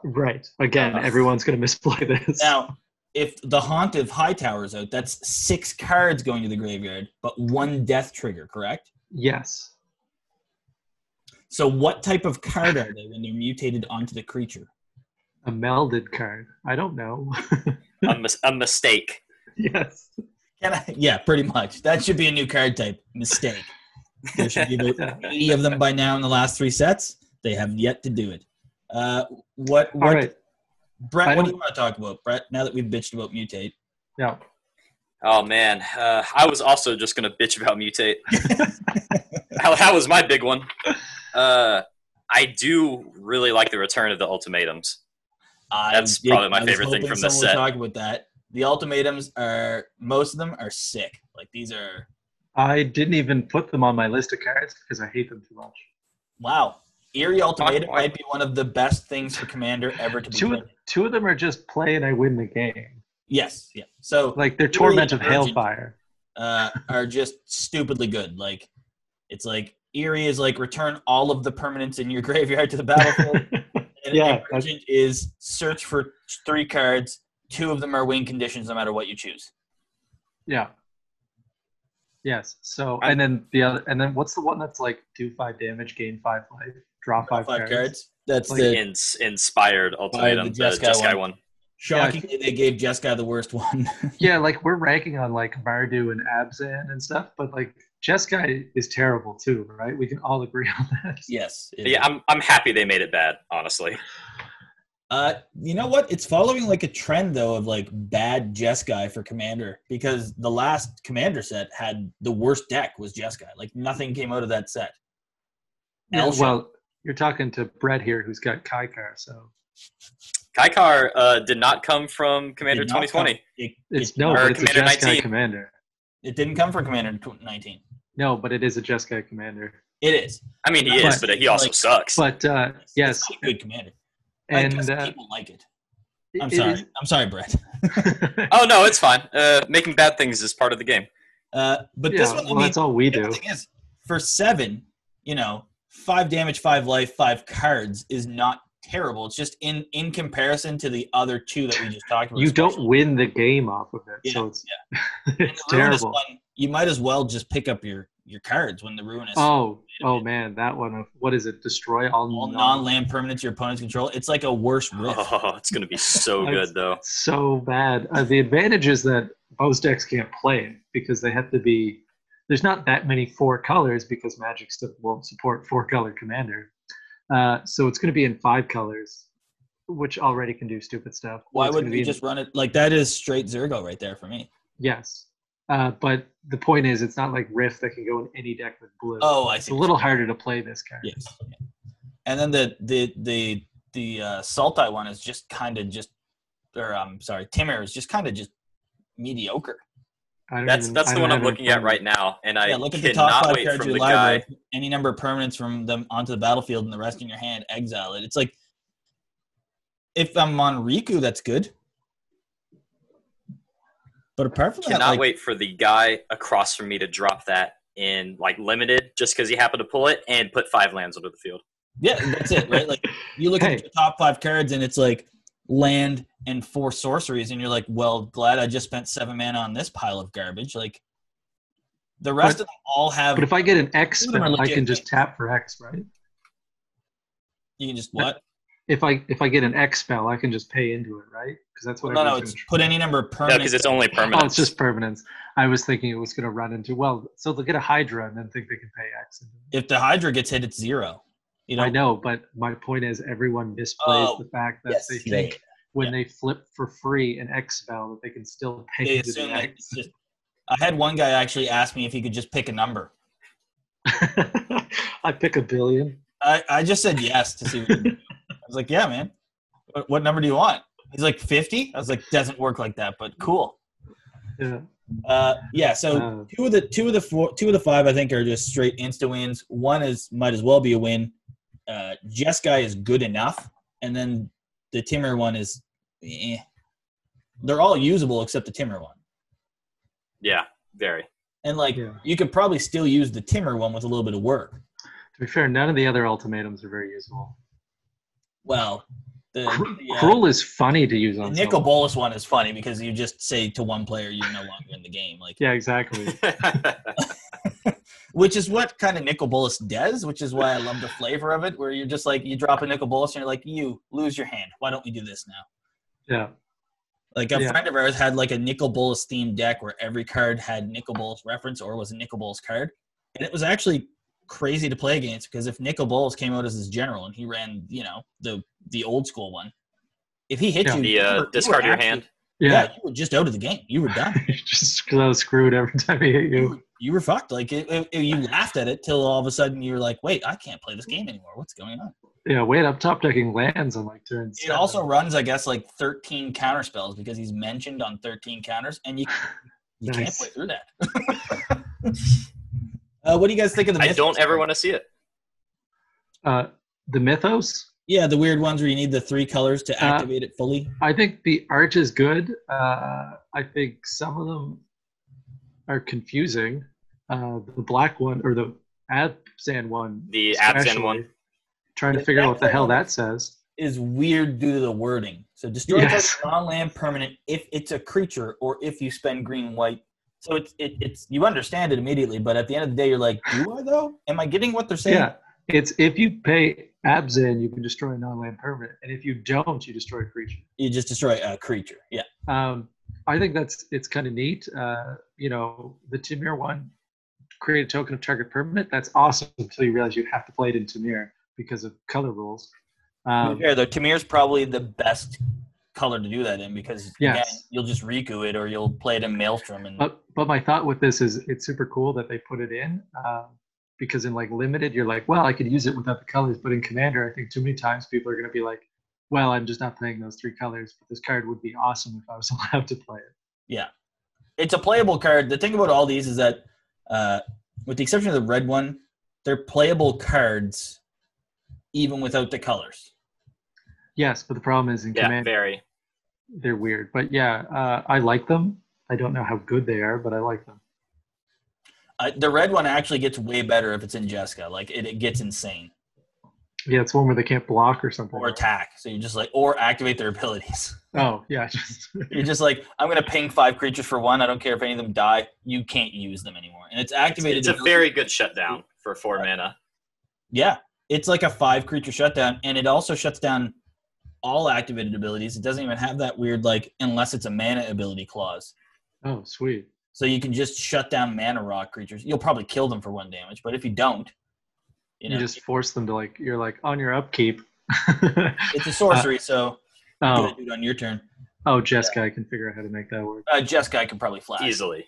Right. Again, Uh, everyone's going to misplay this. Now, if the Haunt of Hightower's out, that's six cards going to the graveyard, but one death trigger, correct? Yes. So what type of card are they when they're mutated onto the creature? A melded card. I don't know. A, mis- a mistake. yes. Can I- yeah, pretty much. That should be a new card type. Mistake. There should be about 80 of them by now in the last three sets. They haven't yet to do it. Uh, what? All what right. I Brett, what do don't- you want to talk about, Brett? Now that we've bitched about mutate, Yeah. Oh man, uh, I was also just gonna bitch about mutate. that, that was my big one. Uh, I do really like the return of the ultimatums. I That's did- probably my I was favorite thing hoping from this someone would set. Talk about that. The ultimatums are most of them are sick. Like these are I didn't even put them on my list of cards because I hate them too much. Wow. Eerie Ultimatum might be one of the best things for Commander ever to be Two of, played. two of them are just play and I win the game. Yes, yeah. So Like they're Eerie torment of Urgent. hailfire. uh, are just stupidly good. Like it's like Eerie is like return all of the permanents in your graveyard to the battlefield. And Yeah, I- Emergent is search for three cards. Two of them are win conditions, no matter what you choose. Yeah. Yes. So and then the other and then what's the one that's like do five damage, gain five life, draw five, Five, cards. That's Like, the In, inspired ultimatum, the Oh, Jeskai Jeskai one. one. shockingly they gave Jeskai the worst one. Yeah, like we're ranking on like Mardu and Abzan and stuff, but like Jeskai is terrible too, right? We can all agree on that. yes. it Yeah, is. I'm I'm happy they made it bad. Honestly, Uh, you know what? It's following like a trend though of like bad Jeskai for Commander because the last Commander set had the worst deck was Jeskai. Like nothing came out of that set. Yeah, Elsha. well, you're talking to Brett here, who's got Kaikar, so Kaikar uh, did not come from Commander Did not come- 2020. It, it's it, no, or but it's a Commander Jeskai 19. commander. it didn't come from Commander tw- 19. No, but it is a Jeskai commander. It is. I mean, he is, But- but he also like- sucks. But uh, It's yes, not a good Commander. I guess and uh, people like it. it- I'm it sorry. is- I'm sorry, Brett. oh no, it's fine. Uh, making bad things is part of the game. Uh, but this Yeah, one, I well, mean, that's all we the do. thing is, for seven, you know, five damage, five life, five cards is not terrible. It's just in in comparison to the other two that we just talked about. You especially don't win the game off of it, Yeah, so it's in it's the Ruinous terrible. one, you might as well just pick up your your cards when the ruinous Oh, oh man, that one of what is it? Destroy all, all non- non-land permanents your opponents control. It's like a worse riff. Oh, it's gonna be so I- good though. so bad. Uh, the advantage is that most decks can't play it because they have to be. There's not that many four colors because Magic still won't support four color commander. Uh, so it's going to be in five colors, which already can do stupid stuff. Why It's wouldn't gonna be we in- just run it like that? Is straight Zergo right there for me. Yes. Uh, but the point is, it's not like Rift that can go in any deck with blue. Oh, I it's see. a little harder to play this card. Yes. And then the the the the uh, Sultai one is just kind of just, or I'm sorry, Timur is just kind of just mediocre. I don't That's even- that's I the don't one I'm have it in looking at front of me. right now, and I yeah, look at the top cannot five wait cards of from your the library. guy. Any number of permanents from them onto the battlefield and the rest in your hand, exile it. It's like if I'm on Riku, that's good. But apart from Cannot that, like, wait for the guy across from me to drop that in like limited, just because he happened to pull it and put five lands onto the field. yeah, that's it, right? Like you look Hey. at the top five cards and it's like land and four sorceries, and you're like, well, glad I just spent seven mana on this pile of garbage. Like the rest But- of them all have. But if I get an X, Some of them are spell, I can legit. just tap for X, right? you can just what? If I if I get an X spell, I can just pay into it, right? Because that's what Well, no, no, I it's put any number of No, permanents. because it's only permanent. Oh, it's just permanence. I was thinking it was going to run into well, so they'll get a Hydra and then think they can pay X. if the Hydra gets hit, it's zero. You know, I know, but my point is everyone misplays Oh, the fact that yes, they yeah, think when they flip for free an X spell that they can still pay they into the assume that X. it's just. I had one guy actually ask me if he could just pick a number. I pick a billion. I, I just said yes to see. What he would do. I was like, yeah, man. What, what number do you want? He's like fifty. I was like, doesn't work like that, but cool. Yeah. Uh, yeah. So Uh, two of the two of the four two of the five I think are just straight insta wins. One is might as well be a win. Uh, Jeskai is good enough, and then the Timmer one is. Eh. They're all usable except the Timmer one. yeah, very. And like Yeah. you could probably still use the Timmer one with a little bit of work. to be fair, none of the other ultimatums are very useful. Well, the, Cru- the, uh, Cruel is funny to use the on Nicol someone. Bolas one is funny because you just say to one player you're no longer in the game, like Yeah, exactly. which is what kind of Nicol Bolas does, which is why I love the flavor of it, where you're just like you drop a Nicol Bolas and you're like you lose your hand. Why don't we do this now? yeah. Like a Yeah. friend of ours had like a Nicol Bolas themed deck where every card had Nicol Bolas reference or was a Nicol Bolas card, and it was actually crazy to play against because if Nicol Bolas came out as his general and he ran, you know, the the old school one, if he hit Yeah. you, The, you uh, were- you discard were your actually- hand. Yeah. Yeah. you were just out of the game. You were done. You're just so screwed every time he hit you, you. were, you were fucked. Like it, it- it- you laughed at it till all of a sudden you were like, "Wait, I can't play this game anymore. What's going on?" Yeah, wait, I'm top decking lands on like turn It seven. also runs, I guess, like 13 counter spells because he's mentioned on 13 counters, and you you can't Nice. play through that. uh, what do you guys think of the? I don't ever want to see it. Uh, the mythos. Yeah, the weird ones where you need the three colors to Uh, activate it fully. I think the arch is good. Uh, I think some of them are confusing. Uh, the black one or the Abzan one. The Abzan especially. one. Trying to The figure out what the Abzan hell one. that says. Is weird due to the wording. So destroy Yes. target non-land permanent if it's a creature or if you spend green white. So it's it, it's you understand it immediately, but at the end of the day, you're like, do I though? Am I getting what they're saying? Yeah, it's if you pay Abzan, you can destroy a non-land permanent, and if you don't, you destroy a creature. You just destroy a creature. Yeah. Um, I think that's it's kind of neat. Uh, you know, the Tamir one, create a token of target permanent. That's awesome until you realize you have to play it in Tamir because of color rules. To Um, be fair though, Tamir's probably the best color to do that in because Yes. Uh, again, you'll just Riku it or you'll play it in Maelstrom and But but my thought with this is it's super cool that they put it in um, because in like limited you're like well I could use it without the colors but in commander I think too many times people are going to be like well I'm just not playing those three colors but this card would be awesome if I was allowed to play it. it's a playable card. The thing about all these is that, uh, with the exception of the red one, they're playable cards, even without the colors. Yes, but the problem is in Yeah, commander very. they're weird. But yeah, uh, I like them. I don't know how good they are, but I like them. Uh, the red one actually gets way better if it's in Jessica. Like it, it gets insane Yeah, it's one where they can't block or something. or attack. So you just like or activate their abilities. oh yeah, just You're just like I'm gonna ping five creatures for one. I don't care if any of them die. You can't use them anymore, and it's activated. It's a ability- very good shutdown for four mana. Yeah, it's like a five creature shutdown, and it also shuts down all activated abilities. It doesn't even have that weird like unless it's a mana ability clause. oh sweet. So you can just shut down mana rock creatures. You'll probably kill them for one damage, but if you don't, you You, know just force them to like you're like on your upkeep. it's a sorcery. so do oh it, do it on your turn. oh Jessica, I can figure out how to make that work. Uh, Jessica I can probably flash. Easily.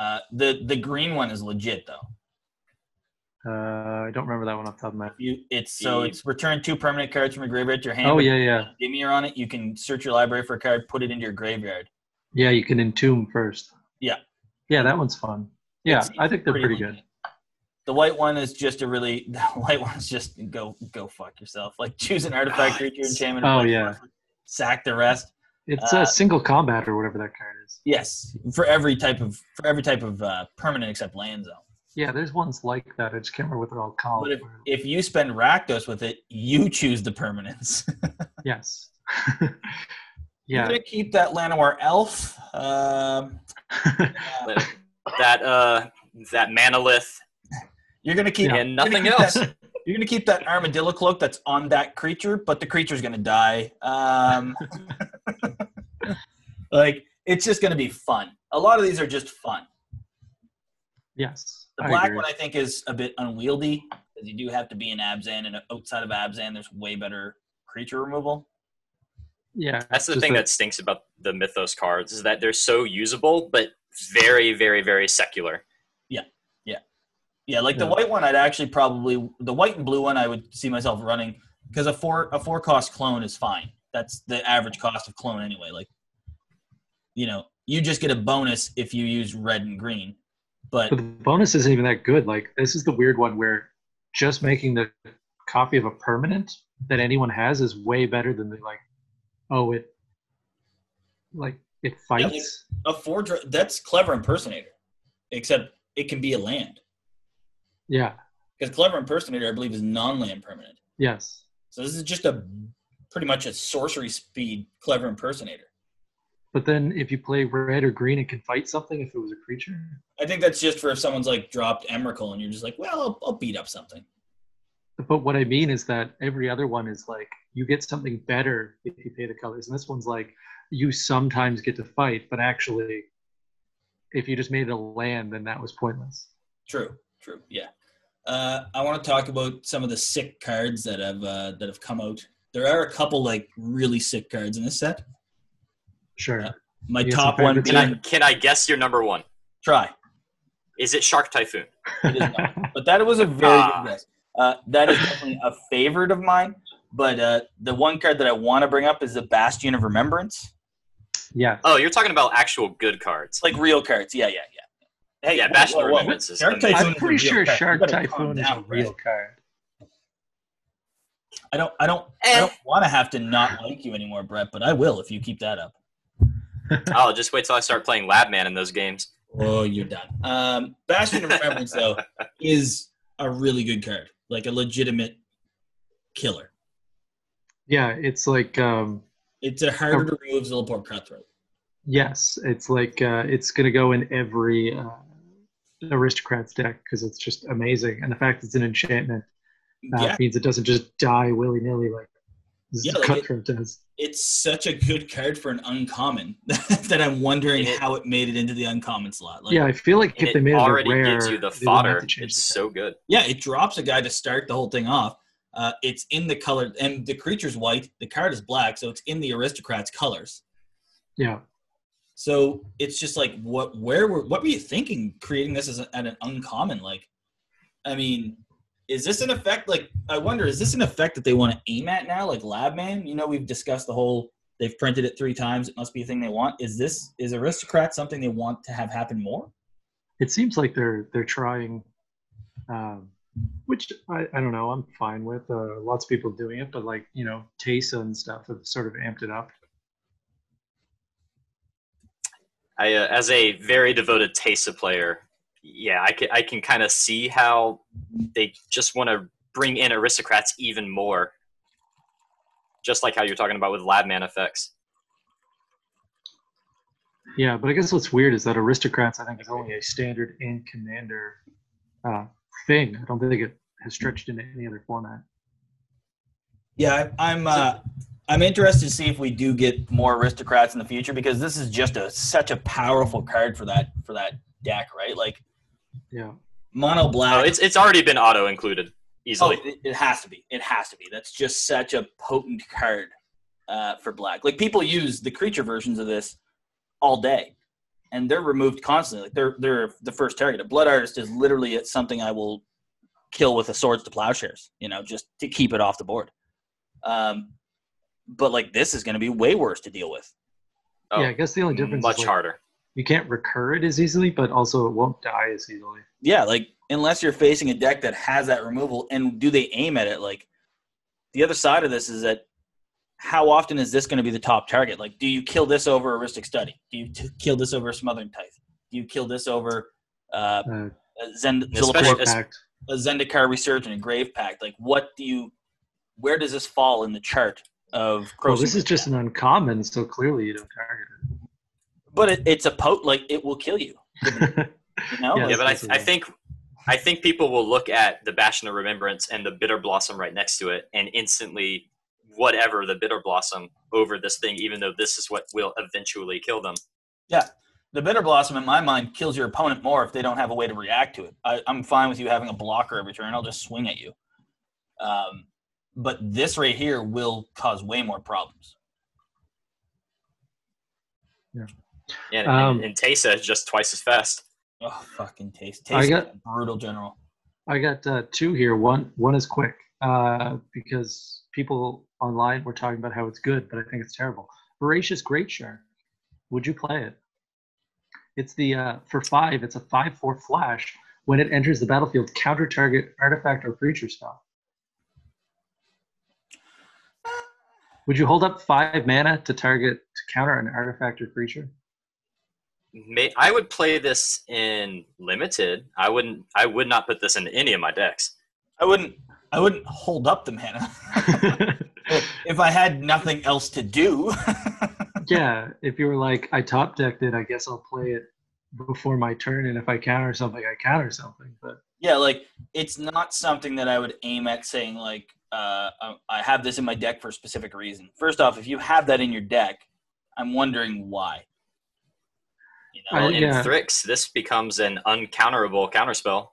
Uh, the the green one is legit though. Uh, I don't remember that one off the top of my head. You it's so Yeah. it's return two permanent cards from your graveyard to your hand. Oh, yeah, yeah. Give me your on it. You can search your library for a card, put it into your graveyard. Yeah, you can entomb first. Yeah. Yeah, that one's fun. Yeah, It's- I think they're pretty lenient. good. The white one is just a really the white one's just go go fuck yourself. Like choose an artifact Oh, creature it's- enchantment. Oh, or yeah. Sack the rest. It's Uh, a single combat or whatever that card is. Yes, for every type of for every type of uh, permanent except land zone. Yeah, there's ones like that. I just can't remember what they're all called. But If you spend Rakdos with it, you choose the permanents. yes. You're yeah. gonna keep that Llanowar Elf. Um, uh, That uh that manolith you're gonna keep and you're gonna nothing keep else. that- you're gonna keep that armadillo cloak that's on that creature, but the creature's gonna die. Um, like it's just gonna be fun. A lot of these are just fun. yes. The I black agree. one I think is a bit unwieldy because you do have to be in Abzan, and outside of Abzan, there's way better creature removal. yeah. That's the just thing a- that stinks about the Mythos cards is that they're so usable, but very, very, very secular. Yeah, like the Yeah. white one, I'd actually probably the white and blue one, I would see myself running because a four a four cost clone is fine. That's the average cost of clone anyway. Like, you know, you just get a bonus if you use red and green, but But the bonus isn't even that good. Like this is the weird one where just making the copy of a permanent that anyone has is way better than the like, oh it, like it like- fights. a four dr- that's clever impersonator, except it can be a land Yeah. because clever impersonator I believe is non-land permanent. Yes. So this is just a pretty much a sorcery speed clever impersonator. But then if you play red or green, it can fight something if it was a creature. I think that's just for if someone's like dropped Emrakul and you're just like, well, I'll, I'll beat up something. But what I mean is that every other one is like you get something better if you pay the colors, and this one's like you sometimes get to fight, but actually, if you just made it a land, then that was pointless. True. True. Yeah. Uh, I want to talk about some of the sick cards that have uh, that have come out. There are a couple like really sick cards in this set. Sure. Yeah. My Yes, top in fact, one it's Can I being can I guess your number one? try, Is it Shark Typhoon? It is not. but that was a very Ah. good guess. Uh, that is definitely a favorite of mine. But uh, the one card that I want to bring up is the Bastion of Remembrance. yeah. Oh, you're talking about actual good cards. It's like real cards. Yeah, yeah, yeah. Hey, yeah, Bachelor whoa, whoa, Movements is Shark amazing. Typhoon I'm is a pretty real sure card. You Shark better calm Typhoon is down, a real Brett. card. I don't, I don't, Eh. I don't want to have to not like you anymore, Brett. But I will if you keep that up. Oh, just wait till I start playing Lab Man in those games. Oh, you're done. Um, Bastion of Reverence though is a really good card, like a legitimate killer. Yeah, it's like um, It's a harder to remove little poor cutthroat. yes, it's like uh, it's gonna go in every uh, aristocrat's deck because it's just amazing, and the fact it's an enchantment uh, yeah, means it doesn't just die willy nilly like Yeah, yeah, like it- Cutthroat does. it's such a good card for an uncommon that I'm wondering It- how it made it into the uncommon slot. Like, yeah, I feel like And if they it made it a already rare, gives you the they wouldn't have fodder. to change It's the so good. Yeah, it drops a guy to start the whole thing off. Uh, it's in the color, and the creature's white. The card is black, so it's in the aristocrat's colors. yeah. So it's just like, what? Where were? What were you thinking creating this as a, at an uncommon? Like, I mean, is this an effect? Like, I wonder, is this an effect that they want to aim at now? Like Lab Man, you know, we've discussed the whole. They've printed it three times. It must be a thing they want. Is this is aristocrat something they want to have happen more? It seems like they're they're trying, um, which I, I don't know. I'm fine with. Uh, lots of people doing it, but like you know, Taysa and stuff have sort of amped it up. I, uh, as a very devoted Tesa player, yeah, I can, I can kind of see how they just want to bring in aristocrats even more. Just like how you're talking about with Lab Man effects. Yeah, but I guess what's weird is that aristocrats I think is only a standard and commander uh, thing. I don't think it has stretched into any other format. Yeah, I, I'm. Uh, I'm interested to see if we do get more aristocrats in the future because this is just a such a powerful card for that for that deck, right? Like Yeah, mono Oh, black. it's it's already been auto included oh, easily. it, it has to be. It has to be. That's just such a potent card uh, for black. Like people use the creature versions of this all day, and they're removed constantly. Like they're they're the first target. A blood artist is literally it's something I will kill with a swords to plowshares. You know, just to keep it off the board. Um, but like this is going to be way worse to deal with. Oh, yeah. I guess the only difference much is like, harder. you can't recur it as easily, but also it won't die as easily. yeah, like unless you're facing a deck that has that removal, and do they aim at it? Like the other side of this is that how often is this going to be the top target? Like, do you kill this over Aristic Study? Do you t- kill this over Smothering Tithe? Do you kill this over uh, Uh, Zend- Especially- Zilliport- Pact. a Zendikar Resurgent, a Grave Pact? Like, what do you? Where does this fall in the chart of? Well, Crows Oh, this is just an uncommon, so clearly you don't target But it, it's a pot. Like it will kill you. it. You know. Yeah, Like, Yeah, but I, that's I easy. think I think people will look at the Bastion of Remembrance and the Bitter Blossom right next to it, and instantly whatever the Bitter Blossom over this thing, even though this is what will eventually kill them. the bitter blossom in my mind kills your opponent more if they don't have a way to react to it I, i'm fine with you having a blocker every turn i'll just swing at you um, but this right here will cause way more problems And, Um, and, and Tesa is just twice as fast. oh fucking taste I taste got- is a brutal general I got uh, two here. One one is quick uh, because people online were talking about how it's good, but I think it's terrible. Voracious Great Shark. Would you play it? It's the uh, for five. It's a five four flash. When it enters the battlefield, counter target artifact or creature spell. Would you hold up five mana to target to counter an artifact or creature? May, I would play this in limited. I wouldn't. I would not put this in any of my decks. i wouldn't i wouldn't hold up the mana if i had nothing else to do yeah, if you were like, I top decked it, I guess I'll play it before my turn, and if I counter something, I counter something. But yeah like it's not something that i would aim at saying like uh, I- i have this in my deck for a specific reason first off if you have that in your deck i'm wondering why you know I- Well, like, in yeah. Thrix, this becomes an uncounterable counterspell.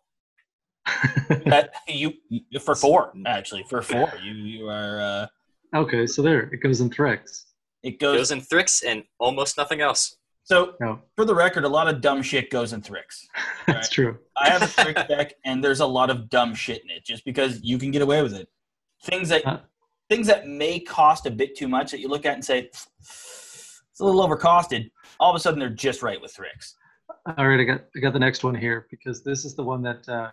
that you for four actually for four you you are uh, okay, so there it goes in Thrix. it It goes was in Thrix and almost nothing else. so No, for the record a lot of dumb shit goes in thrix that's true. i have a thrix deck and there's a lot of dumb shit in it just because you can get away with it things that Huh. things that may cost a bit too much that you look at and say it's a little overcosted all of a sudden they're just right with thrix All right, I got I got the next one here because this is the one that uh,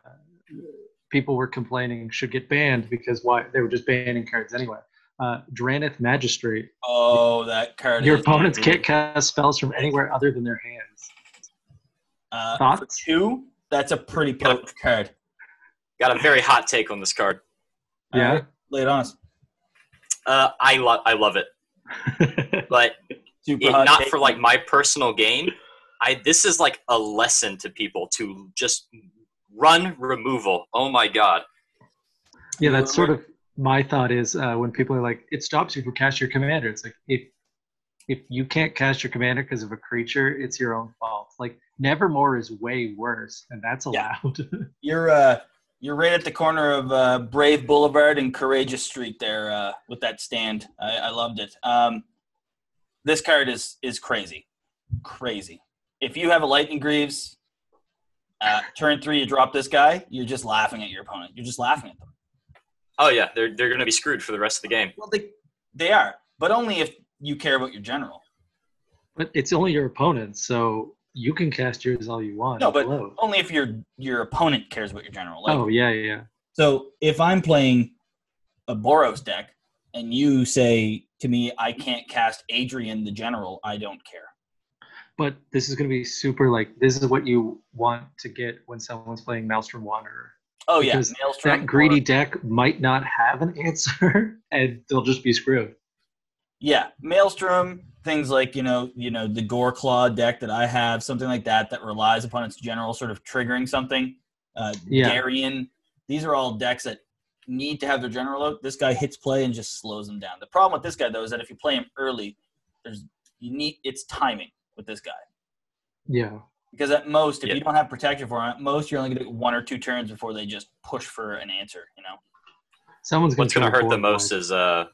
people were complaining should get banned because why they were just banning cards anyway. Uh, Dranith Magistrate. Oh, that card. Your is- opponents can't cast spells from anywhere other than their hands. Uh, for Thoughts? two. That's a pretty potent card. Got a very hot take on this card. Yeah. Lay it on us. Uh, I love I love it, but Super it, hot not take. for like my personal gain. I this is like a lesson to people to just run removal. Oh my god. yeah, that's sort of my thought is uh, when people are like, it stops you from cast your commander. It's like if if you can't cast your commander because of a creature, it's your own fault. Like Nevermore is way worse, and that's Yeah. allowed. You're uh, you're right at the corner of uh, Brave Boulevard and Courageous Street there uh, with that stand. I, I loved it. Um, this card is is crazy, crazy. If you have a Lightning Greaves, uh, turn three, you drop this guy. You're just laughing at your opponent. You're just laughing at them. Oh yeah, they're they're gonna be screwed for the rest of the game. Well, they they are, but only if you care about your general. but it's only your opponent, so you can cast yours all you want. No, but- Hello. Only if your your opponent cares about your general. Like, oh yeah, yeah. So if I'm playing a Boros deck and you say to me, I can't cast Adrian the General, I don't care. But this is going to be super. Like this is what you want to get when someone's playing Maelstrom Wanderer. Oh, yeah. Because Maelstrom That greedy or- deck might not have an answer, and they'll just be screwed. yeah. Maelstrom, things like, you know, you know, the Gore Claw deck that I have, something like that that relies upon its general sort of triggering something. Uh, Yeah. Darien. These are all decks that need to have their general out. This guy hits play and just slows them down. The problem with this guy, though, is that if you play him early, there's you need it's timing with this guy. Yeah. Because at most, if Yeah. you don't have protection for 'em, at most you're only going to get one or two turns before they just push for an answer. You know, Someone's going What's to gonna hurt the most is uh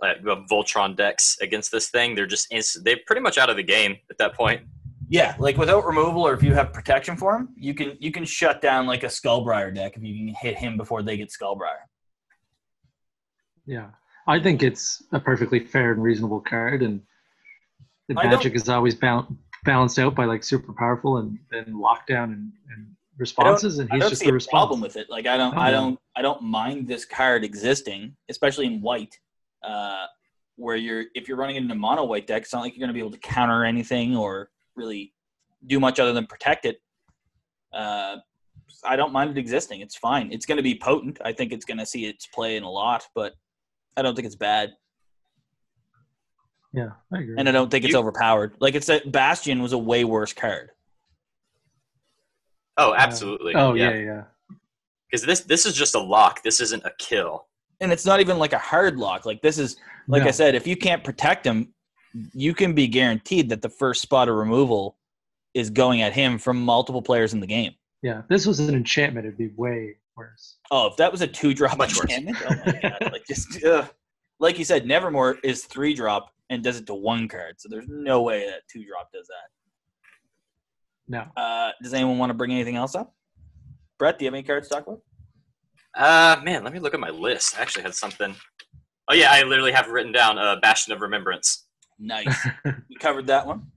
like uh, Voltron decks against this thing. They're just inst- they're pretty much out of the game at that point. yeah, like without removal or if you have protection for him, you can you can shut down like a Skullbriar deck if you can hit him before they get Skullbriar. Yeah, I think it's a perfectly fair and reasonable card, and the I don't- magic is always bal- balanced out by like super powerful and then lockdown and, and responses, and I he's don't just see the a response. problem with it. Like I don't, Oh, I yeah. don't, I don't mind this card existing, especially in white, uh, where you're if you're running it in a mono white deck, it's not like you're going to be able to counter anything or really do much other than protect it. Uh, I don't mind it existing. It's fine. It's going to be potent. I think it's going to see its play in a lot, but I don't think it's bad, Yeah, I agree. and I don't think it's You- overpowered. Like it's that Bastion was a way worse card. Oh, absolutely. oh yeah. yeah, yeah. Because this this is just a lock. This isn't a kill. and it's not even like a hard lock. Like this is, like I No. said, if you can't protect him, you can be guaranteed that the first spot of removal is going at him from multiple players in the game. Yeah, if this was an enchantment. It'd be way worse. Oh, if that was a two drop Much worse. enchantment, oh my god! Like just, ugh. like you said, Nevermore is three drop and does it to one card. So there's no way that two drop does that. No. Uh, does anyone want to bring anything else up? Brett, do you have any cards to talk about? Uh man, let me look at my list. I actually had something. Oh yeah, I literally have written down uh, Bastion of Remembrance. Nice, we covered that one.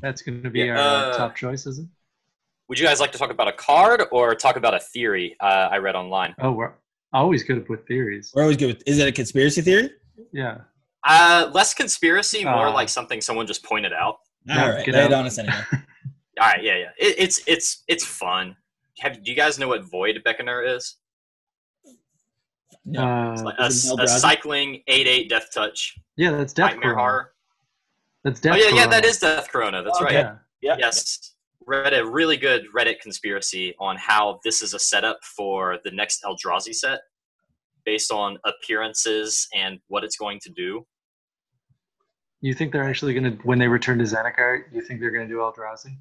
That's going to be Yeah, our uh, uh, top choice, is it? Would you guys like to talk about a card or talk about a theory uh, I read online? Oh, we're always good at with theories. We're always good. With, is that a conspiracy theory? Yeah. Uh, less conspiracy, more Uh. like something someone just pointed out. No, All right, get lay it out. on us anyway. All right, yeah, yeah. It, it's it's it's fun. Have, do you guys know what Void Beckoner is? No, Uh, Like a, is it Mel a Browser? cycling eight eight death touch yeah, that's Death nightmare Corona. horror. That's Death oh yeah, yeah, that Corona. Oh, is Death Corona. That's right. Okay. Yeah. Yeah. Yes, read a really good Reddit conspiracy on how this is a setup for the next Eldrazi set, based on appearances and what it's going to do. You think they're actually going to, when they return to Zendikar, you think they're going to do Eldrazi?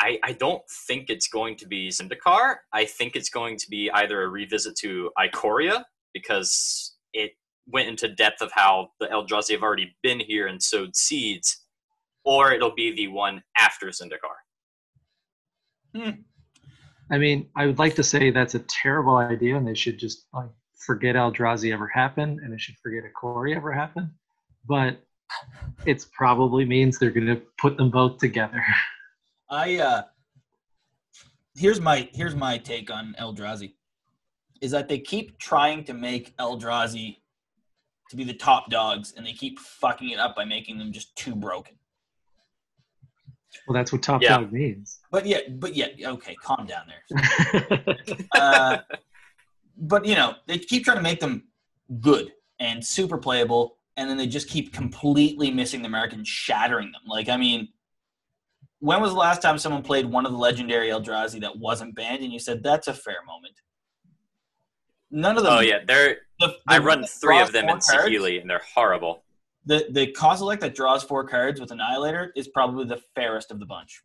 I, I don't think it's going to be Zendikar. I think it's going to be either a revisit to Ikoria because it went into depth of how the Eldrazi have already been here and sowed seeds, or it'll be the one after Zendikar. I mean, I would like to say that's a terrible idea, and they should just like forget Eldrazi ever happened, and they should forget Ikori ever happened. But it's probably means they're going to put them both together. I uh, here's my here's my take on Eldrazi, is that they keep trying to make Eldrazi to be the top dogs, and they keep fucking it up by making them just too broken. Well, that's what top Yeah. dog means. But yeah, but yeah, okay, calm down there. Uh, but you know, they keep trying to make them good and super playable, and then they just keep completely missing the mark and shattering them. Like, I mean, when was the last time someone played one of the legendary Eldrazi that wasn't banned, and you said that's a fair moment? None of them. oh yeah, they're the- the I one run that three draws of them four in cards- Sahili, and they're horrible. The the Kozilek that draws four cards with Annihilator is probably the fairest of the bunch.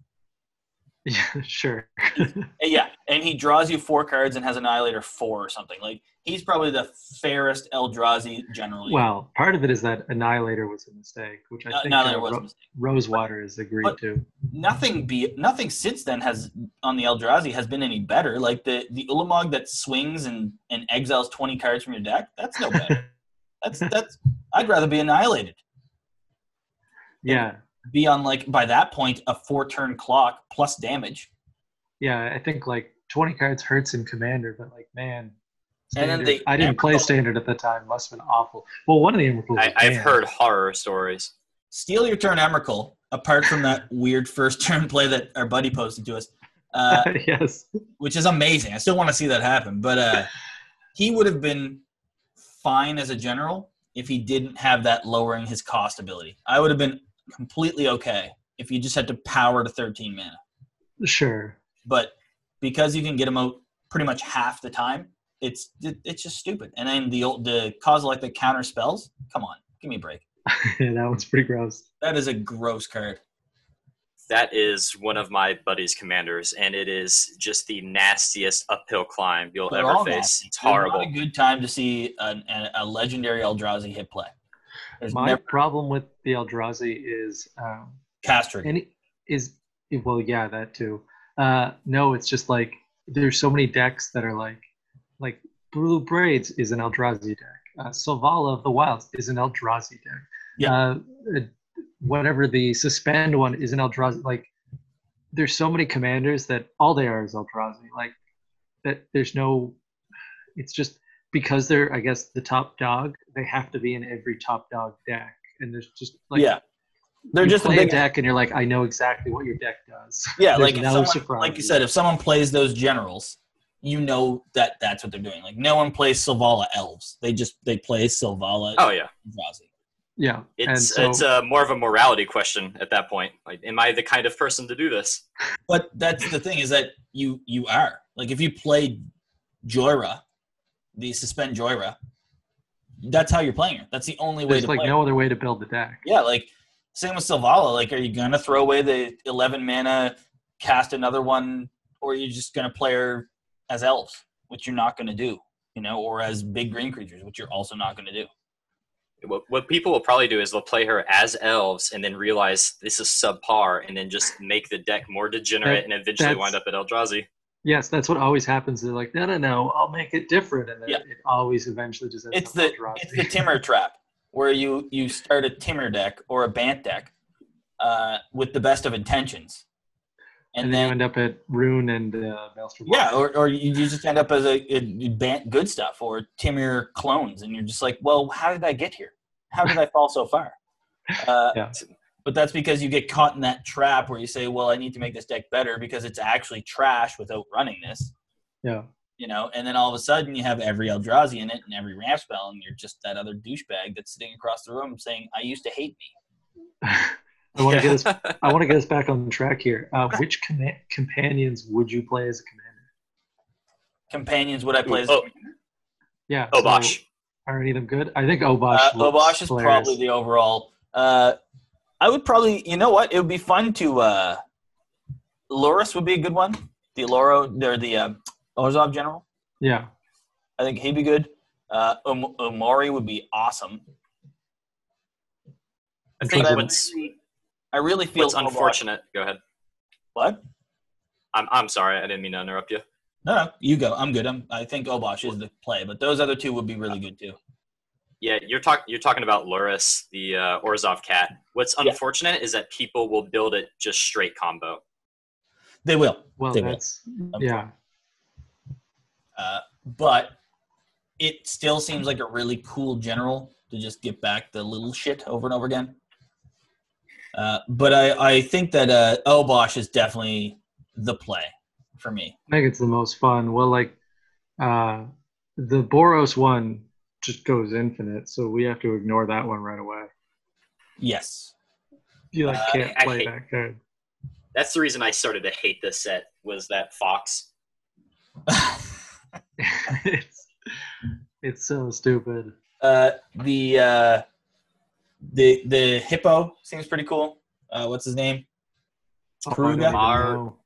yeah, sure. And Yeah, and he draws you four cards and has Annihilator four or something. Like he's probably the fairest Eldrazi generally. well, part of it is that Annihilator was a mistake, which I Uh, think Annihilator uh, was a Ro- mistake. Rosewater has agreed But- to. Nothing be nothing since then has on the Eldrazi has been any better. Like the the Ulamog that swings and and exiles twenty cards from your deck. That's no better. that's that's. I'd rather be annihilated. Yeah, Be on like by that point a four turn clock plus damage. yeah. I think like 20 cards hurts in Commander, but like man, And then Standard- they I didn't never play go- Standard at the time. Must have been awful. Well, one of the Oh, Emperors. I, I've heard horror stories. Steal your turn, Emrakul. Apart from that weird first turn play that our buddy posted to us. Uh, yes. which is amazing. I still want to see that happen. But uh, he would have been fine as a general if he didn't have that lowering his cost ability. I would have been completely okay if you just had to power to 13 mana. Sure. But because you can get him out pretty much half the time, it's it, it's just stupid. And then the old the cause like the counter spells. Come on, give me a break. yeah, that one's pretty gross. That is a gross card. That is one of my buddy's commanders, and it is just the nastiest uphill climb you'll They're ever all face. nasty. It's There's not horrible. a good time to see an, an, a legendary Eldrazi hit play. There's My never problem with the Eldrazi is um, Castric. any is well, yeah, that too. Uh, no, it's just like there's so many decks that are like like Blue Braids is an Eldrazi deck. Uh, Silvala of the Wilds is an Eldrazi deck. Yeah. Uh, uh, whatever the suspend one is an Eldrazi. Like there's so many commanders that all they are is Eldrazi. Like that there's no. It's just because they're I guess the top dog. They have to be in every top dog deck, and there's just like yeah. They're you just a play a big deck, and you're like, I know exactly what your deck does. Yeah, There's like if no someone, surprise. like you said, if someone plays those generals, you know that that's what they're doing. Like no one plays Silvala elves; they just they play Silvala Oh yeah, Eldrazi. yeah, and it's so it's uh, more of a morality question at that point. Like, am I the kind of person to do this? But that's the thing is that you you are like if you play Joyra, the suspend Joyra, that's how you're playing her. That's the only way there's to like play. no other way to build the deck. yeah, like same with Silvala. Like, are you gonna throw away the eleven mana, cast another one, or are you just gonna play her as elves, which you're not gonna do, you know, or as big green creatures, which you're also not gonna do. What, what people will probably do is they'll play her as elves and then realize this is subpar and then just make the deck more degenerate and eventually that's- wind up at Eldrazi. Yes, that's what always happens. They're like, no, no, no, I'll make it different, and then Yeah. it always eventually just ends It's up the Eldrazi. it's the Timmer trap where you you start a Timmer deck or a Bant deck uh, with the best of intentions, and, and, then you then. end up at Rune and uh, Maelstrom. Yeah, Walker. or, or you you just end up as a, a Bant good stuff or Timir clones, and you're just like, well, how did I get here? How did I fall so far? Uh, Yeah. But that's because you get caught in that trap where you say, well, I need to make this deck better because it's actually trash without running this, yeah, you know? And then all of a sudden you have every Eldrazi in it and every ramp spell, and you're just that other douchebag that's sitting across the room saying, I used to hate me. I want to get us. I want to get us back on track here. Uh, which comma- companions would you play as a commander? Companions, would I play as? oh, Yeah. oh so bosh. Are any of them good? I think Obosh. Uh, looks Obosh is hilarious. probably the overall. Uh, I would probably, you know what? It would be fun to. Uh, Loris would be a good one. The Loro, or the uh, Orzov General. Yeah. I think he'd be good. Uh, um, Omori would be awesome. I And think But I what's really, I really feel what's Obosh- unfortunate. Go ahead. What? I'm I'm sorry. I didn't mean to interrupt you. No, no, you go. I'm good. I'm, I think Obosh is the play, but those other two would be really good too. Yeah, you're talking you're talking about Luris, the uh, Orzov cat. What's Yeah. unfortunate is that people will build it just straight combo. They will. Well, They will. that's yeah. Uh, but it still seems like a really cool general to just get back the little shit over and over again. Uh, but I, I think that uh, Elbosh is definitely the play for me. I think it's the most fun. Well, like uh, the Boros one just goes infinite, so we have to ignore that one right away. Yes. You like Uh, can't I play hate- that card. That's the reason I started to hate this set was that Fox. it's it's so stupid. uh, the uh, the the hippo seems pretty cool. Uh, what's his name? Oh, I Kruger? don't even Mar- know.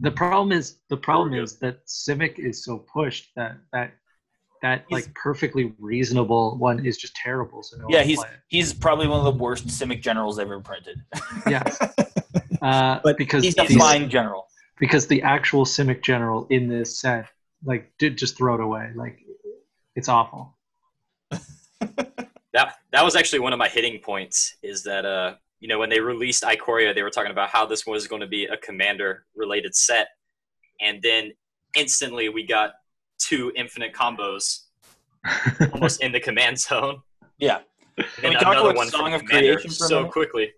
The problem is the problem is that Civic is so pushed that that that He's- like perfectly reasonable one is just terrible. So no Yeah, one he's play it. he's probably one of the worst Simic generals ever printed. yes, uh, But because he's a these- fine general. because the actual Simic general in this set like did just throw it away. Like it's awful. That that was actually one of my hitting points. Is that uh you know when they released Ikoria, they were talking about how this was going to be a commander related set, and then instantly we got two infinite combos almost in the command zone. Yeah. Can we And talk another about one for Song of commander Creation for a so minute? quickly.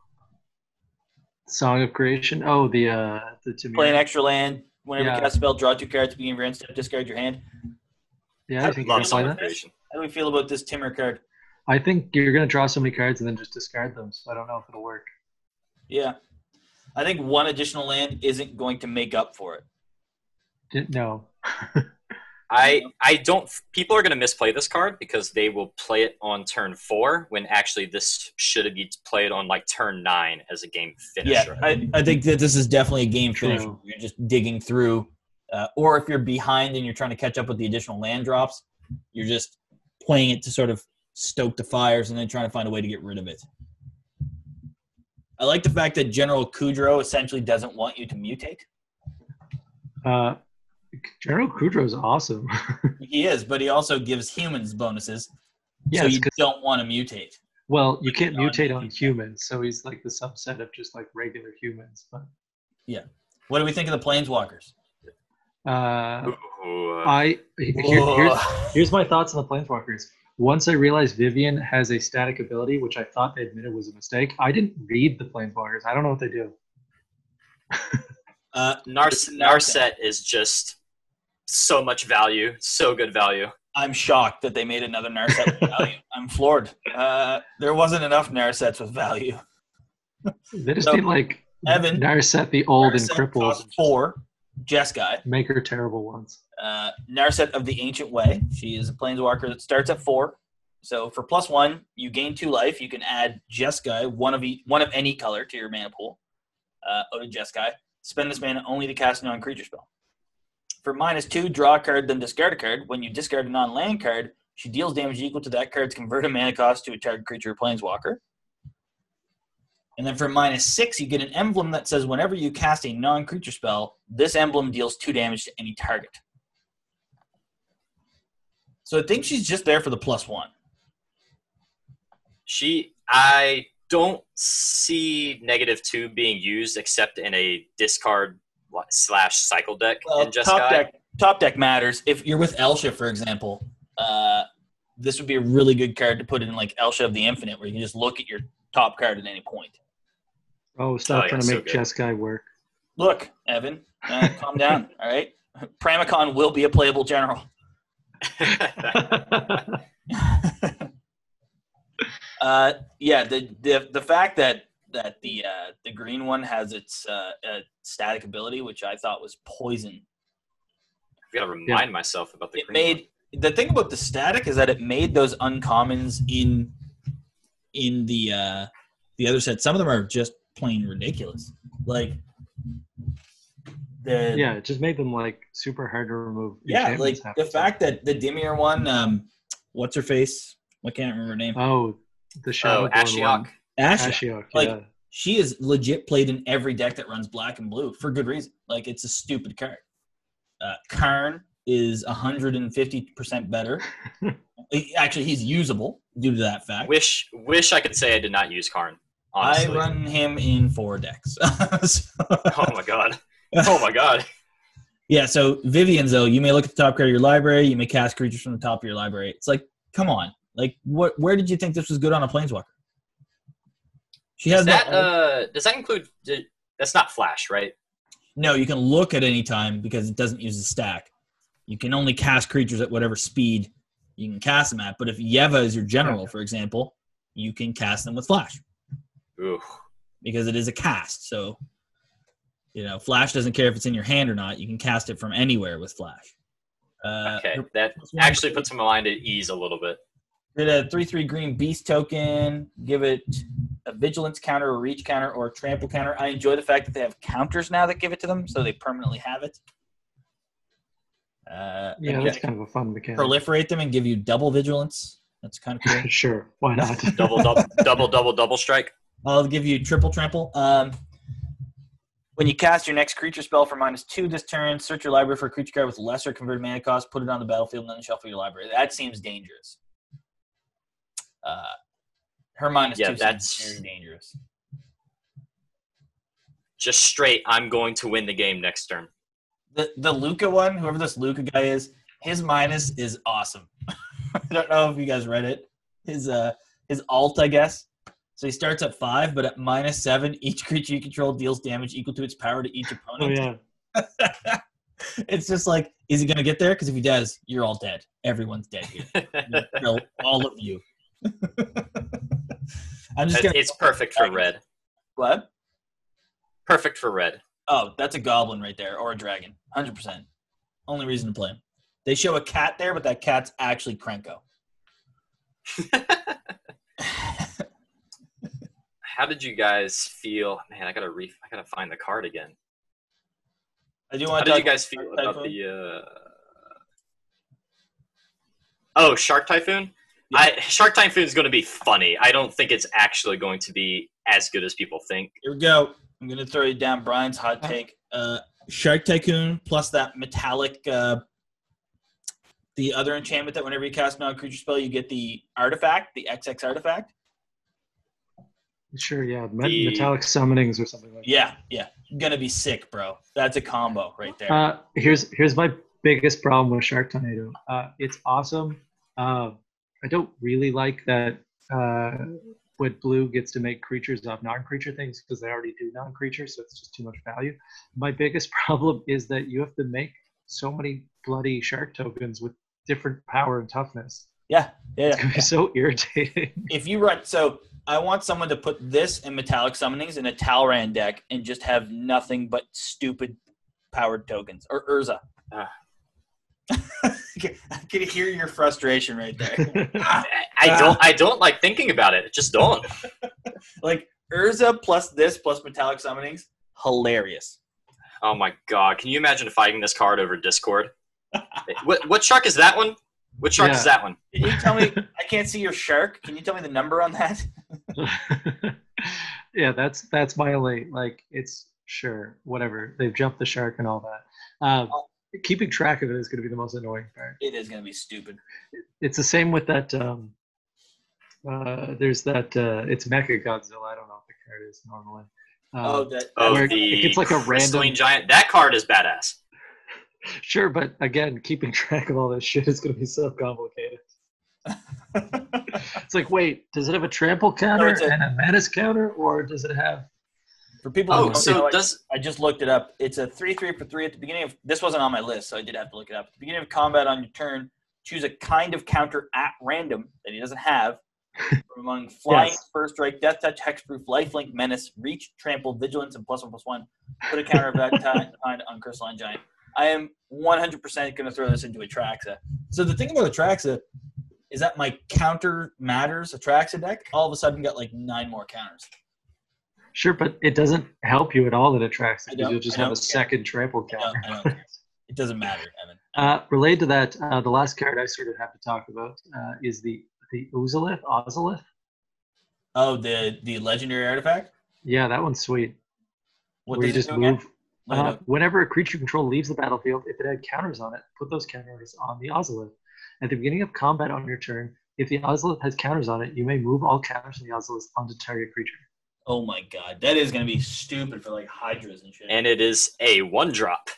Song of Creation. Oh, the uh the Tamir. Play an extra land. Whenever Yeah. you cast a spell, draw two cards at the beginning of your end step, discard your hand. Yeah, I think Love you're gonna play Song of that. Creation. How do we feel about this Timmer card? I think you're gonna draw so many cards and then just discard them. So I don't know if it'll work. Yeah. I think one additional land isn't going to make up for it. Didn't know. I I don't. People are going to misplay this card because they will play it on turn four when actually this should have been played on like turn nine as a game finisher. Yeah, I, I think that this is definitely a game True. finisher. You're just digging through, uh, or if you're behind and you're trying to catch up with the additional land drops, you're just playing it to sort of stoke the fires and then trying to find a way to get rid of it. I like the fact that General Kudrow essentially doesn't want you to mutate. Uh, General Kudrow is awesome. He is, but he also gives humans bonuses, so yes, you 'cause- don't want to mutate. well, you can't Non- mutate on humans, so he's like the subset of just like regular humans. But What do we think of the Planeswalkers? uh, Ooh, uh, I here, here's Whoa. here's my thoughts on the Planeswalkers. Once I realized Vivian has a static ability, which I thought they admitted was a mistake, I didn't read the Planeswalkers. I don't know what they do. Uh, Nars- Narset is just so much value, so good value. I'm shocked that they made another Narset with value. I'm floored. Uh, there wasn't enough Narsets with value. They just So, need like Evan- Narset the old Narset and crippled, cost four. Jeskai. make her terrible ones. Uh, Narset of the Ancient Way. She is a planeswalker that starts at four. So for plus one, you gain two life. You can add Jeskai, one of each, one of any color, to your mana pool. Uh, Oda Jeskai. Spend this mana only to cast a non-creature spell. For minus two, draw a card, then discard a card. When you discard a non-land card, she deals damage equal to that card's converted mana cost to a target creature or planeswalker. And then for minus six, you get an emblem that says whenever you cast a non-creature spell, this emblem deals two damage to any target. So I think she's just there for the plus one. She, I don't see negative two being used except in a discard slash cycle deck. Well, in Jeskai. top deck, top deck matters. If you're with Elsha, for example, uh, this would be a really good card to put in like Elsha of the Infinite, where you can just look at your top card at any point. Oh, stop yeah, trying to so make good. Jeskai work. Look, Evan, uh, calm down. All right, Pramicon will be a playable general. Uh, yeah, the, the the fact that that the uh, the green one has its uh, uh, static ability, which I thought was poison I gotta remind myself about the it green one. made the thing about the static is that it made those uncommons in in the uh the other set some of them are just plain ridiculous like the yeah, just make them like super hard to remove. yeah like enchantments half the time. fact that the dimir one um what's her face i can't remember her name Oh, the shadow. Oh, Born Ashiok. one. Asha. Ashiok. Like- yeah. she is legit played in every deck that runs black and blue for good reason. Like it's a stupid card. Uh, Karn is 150% better. He- Actually, he's usable due to that fact. Wish, wish I could say I did not use Karn. I Honestly. run him in four decks. So- oh my god. oh my god. Yeah, so Vivian's though, you may look at the top card of your library, you may cast creatures from the top of your library. It's like, come on. Like what where did you think this was good on a planeswalker? She Does has that no, uh does that include d- that's not flash, right? no, you can look at any time because it doesn't use the stack. You can only cast creatures at whatever speed you can cast them at. But if Yeva is your general, for example, you can cast them with flash. Ooh. because it is a cast. So, you know, Flash doesn't care if it's in your hand or not. You can cast it from anywhere with Flash. Uh, Okay. her- That actually puts my mind at ease a little bit. Get a 3 3 green beast token. Give it a vigilance counter, a reach counter, or a trample counter. I enjoy the fact that they have counters now that give it to them, so they permanently have it. Uh, Yeah, and that's they kind of a fun mechanic. proliferate them and give you double vigilance. That's kind of cool. sure, why not? Double double double double double strike. I'll give you triple trample. Um, when you cast your next creature spell for minus two this turn, search your library for a creature card with lesser converted mana cost, put it on the battlefield, and then shuffle your library. That seems dangerous. Uh, her minus Yeah, two that's- seems very dangerous. Just straight, I'm going to win the game next turn. The the Luca one, whoever this Luca guy is, his minus is awesome. I don't know if you guys read it. His uh his alt, I guess. So he starts at five, but at minus seven, each creature you control deals damage equal to its power to each opponent. oh yeah, it's just like, is he going to get there? Because if he does, you're all dead. Everyone's dead here. You'll kill all of you. I'm just It's gonna, it's perfect for red. what? Perfect for red. Oh, that's a goblin right there, or a dragon. 100%. Only reason to play him. They show a cat there, but that cat's actually Krenko. How did you guys feel? Man, I gotta re I gotta find the card again. I do How want to did talk you guys feel Shark about Typhoon? the? Uh... Oh, Shark Typhoon. Yeah. I, Shark Typhoon is going to be funny. I don't think it's actually going to be as good as people think. Here we go. I'm going to throw you down Brian's hot take. Uh, Shark Tycoon plus that metallic, uh, the other enchantment that whenever you cast non creature spell, you get the artifact, the XX artifact. sure, yeah. Me- The- Metallic summonings or something like. that. Yeah, yeah. I'm gonna be sick, bro. That's a combo right there. Uh, here's here's my biggest problem with Shark Tornado. Uh, it's awesome. Uh, I don't really like that uh, what blue gets to make creatures of non-creature things because they already do non-creature, so it's just too much value. My biggest problem is that you have to make so many bloody shark tokens with different power and toughness. yeah, yeah, It's yeah. gonna be so irritating. If you run, so I want someone to put this and metallic summonings in a Talran deck and just have nothing but stupid powered tokens or Urza. Ah. I can hear your frustration right there. I, I Ah. don't. I don't like thinking about it. Just don't. like Urza plus this plus metallic summonings, hilarious. Oh my god! Can you imagine fighting this card over Discord? what what shark is that one? What shark is that one? Can you tell me? I can't see your shark. Can you tell me the number on that? yeah, that's that's my only like. It's sure, whatever. They've jumped the shark and all that. Um, keeping track of it is going to be the most annoying part. It is gonna be stupid. It's the same with that. Um, uh, there's that. Uh, it's Mecha Godzilla. I don't know what the card is normally. Um, oh, that Oh, Where the it's like a random- crystalline giant. That card is badass. Sure, but again, keeping track of all this shit is going to be so complicated. it's like, wait, does it have a trample counter it's a- and a menace counter, or does it have? for people. who Oh, don't know, so like- does I just looked it up. It's a three three for three at the beginning of this wasn't on my list, so I did have to look it up. At the beginning of combat on your turn, choose a kind of counter at random that he doesn't have from among flying, Yes. first strike, death touch, hexproof, lifelink, menace, reach, trample, vigilance, and plus one plus one. Put a counter of that ti- kind on crystalline giant. I am 100% going to throw this into Atraxa. So the thing about Atraxa is that my counter matters Atraxa deck all of a sudden got like nine more counters. Sure, but it doesn't help you at all that it tracks I because don't- you'll just I have a don't care. second trample I don't, counter. I don't care. It doesn't matter, Evan. Uh, related to that, uh, the last card I sort of have to talk about uh, is the the Ozolith. Ozolith. Oh, the the legendary artifact. Yeah, that one's sweet. What where you does it just do again? move. Look it Uh, up. whenever a creature control leaves the battlefield, if it had counters on it, put those counters on the Ozolith. At the beginning of combat on your turn, if the Ozolith has counters on it, you may move all counters on the Ozolith onto target creature. Oh my god, that is gonna be stupid for like hydras and shit. and it is a one drop.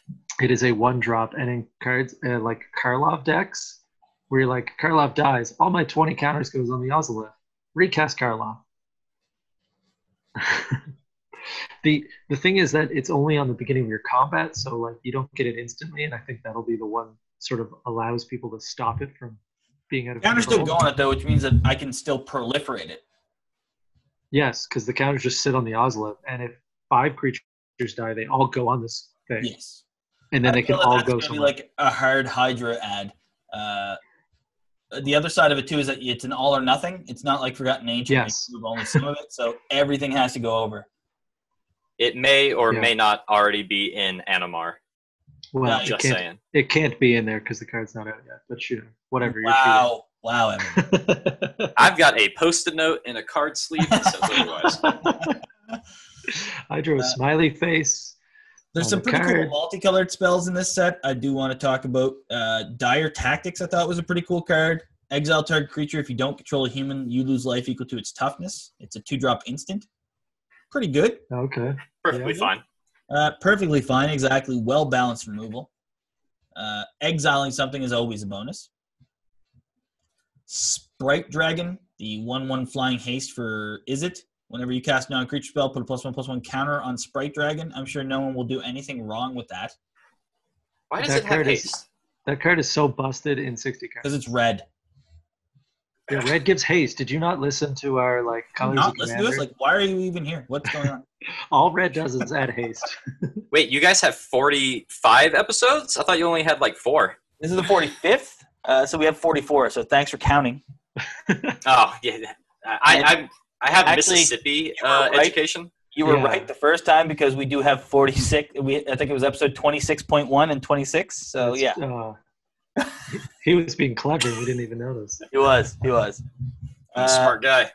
It is a one drop, and in cards uh, like Karlov decks, where you're like Karlov dies, all my twenty counters goes on the Ozolith. Recast Karlov. the The thing is that it's only on the beginning of your combat, so like you don't get it instantly, and I think that'll be the one sort of allows people to stop it from being out of Counter's still control. going it though, which means that I can still proliferate it. Yes, because the counters just sit on the Ozolith, and if five creatures die, they all go on this thing, Yes. and then I they can feel that all that's go gonna be somewhere. like a hard Hydra ad. Uh, the other side of it too is that it's an all or nothing. It's not like Forgotten Ancient. where Yes. you move only some of it, so everything has to go over. It may or Yeah. may not already be in Animar. well, Yeah, it Just can't saying. It can't be in there because the card's not out yet. But you know, whatever. You're Wow, wow, Evan. cheating. I've got a post-it note and a card sleeve that says otherwise. I drew a Uh, smiley face. There's on some the pretty cool card. multicolored spells in this set. I do want to talk about uh, Dire Tactics. I thought was a pretty cool card. Exile target creature. If you don't control a human, you lose life equal to its toughness. It's a two-drop instant. Pretty good. Okay. Perfectly Yeah. fine. Uh, perfectly fine. Exactly. Well balanced removal. Uh, exiling something is always a bonus. Sprite Dragon, the one-one flying haste for is it? Whenever you cast non-creature spell, put a plus one plus one counter on Sprite Dragon. I'm sure no one will do anything wrong with that. Why does That it have card is- haste? That card is so busted in 60 cards. Because it's red. Yeah, red gives haste. Did you not listen to our like colors of Not listen to us. commander? Like, why are you even here? What's going on? All red does is add haste. Wait, you guys have 45 episodes? I thought you only had like four. this is the 45th. Uh, so we have 44. So thanks for counting. Oh, yeah. yeah. I, I, I'm- I have Actually, Mississippi you were uh, right. education. You were Yeah. right the first time because we do have 46. We I think it was episode 26.1 and 26. So Oh, yeah, That's, uh, he was being clever. We didn't even notice. he was. He was. I'm Uh, a smart guy.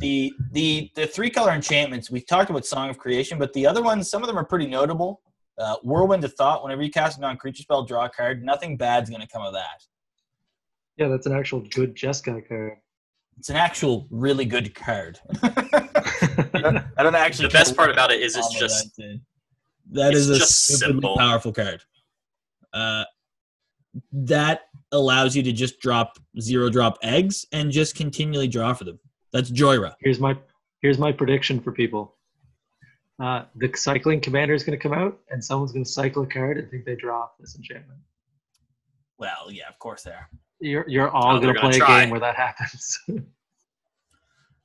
the the the three color enchantments we've talked about song of creation but the other ones some of them are pretty notable uh, whirlwind of thought whenever you cast a non-creature spell draw a card nothing bad's going to come of that Yeah, that's an actual good Jessica card. it's an actual really good card I don't actually. The best part about it is it's just that it's is a just stupidly simple. powerful card. Uh, that allows you to just drop zero drop eggs and just continually draw for them. That's Joyra. here's my here's my prediction for people. Uh, the cycling commander is going to come out, and someone's going to cycle a card and think they draw off this enchantment. Well, yeah, of course they are. You're you're all Oh, they're going to gonna play try. a game where that happens.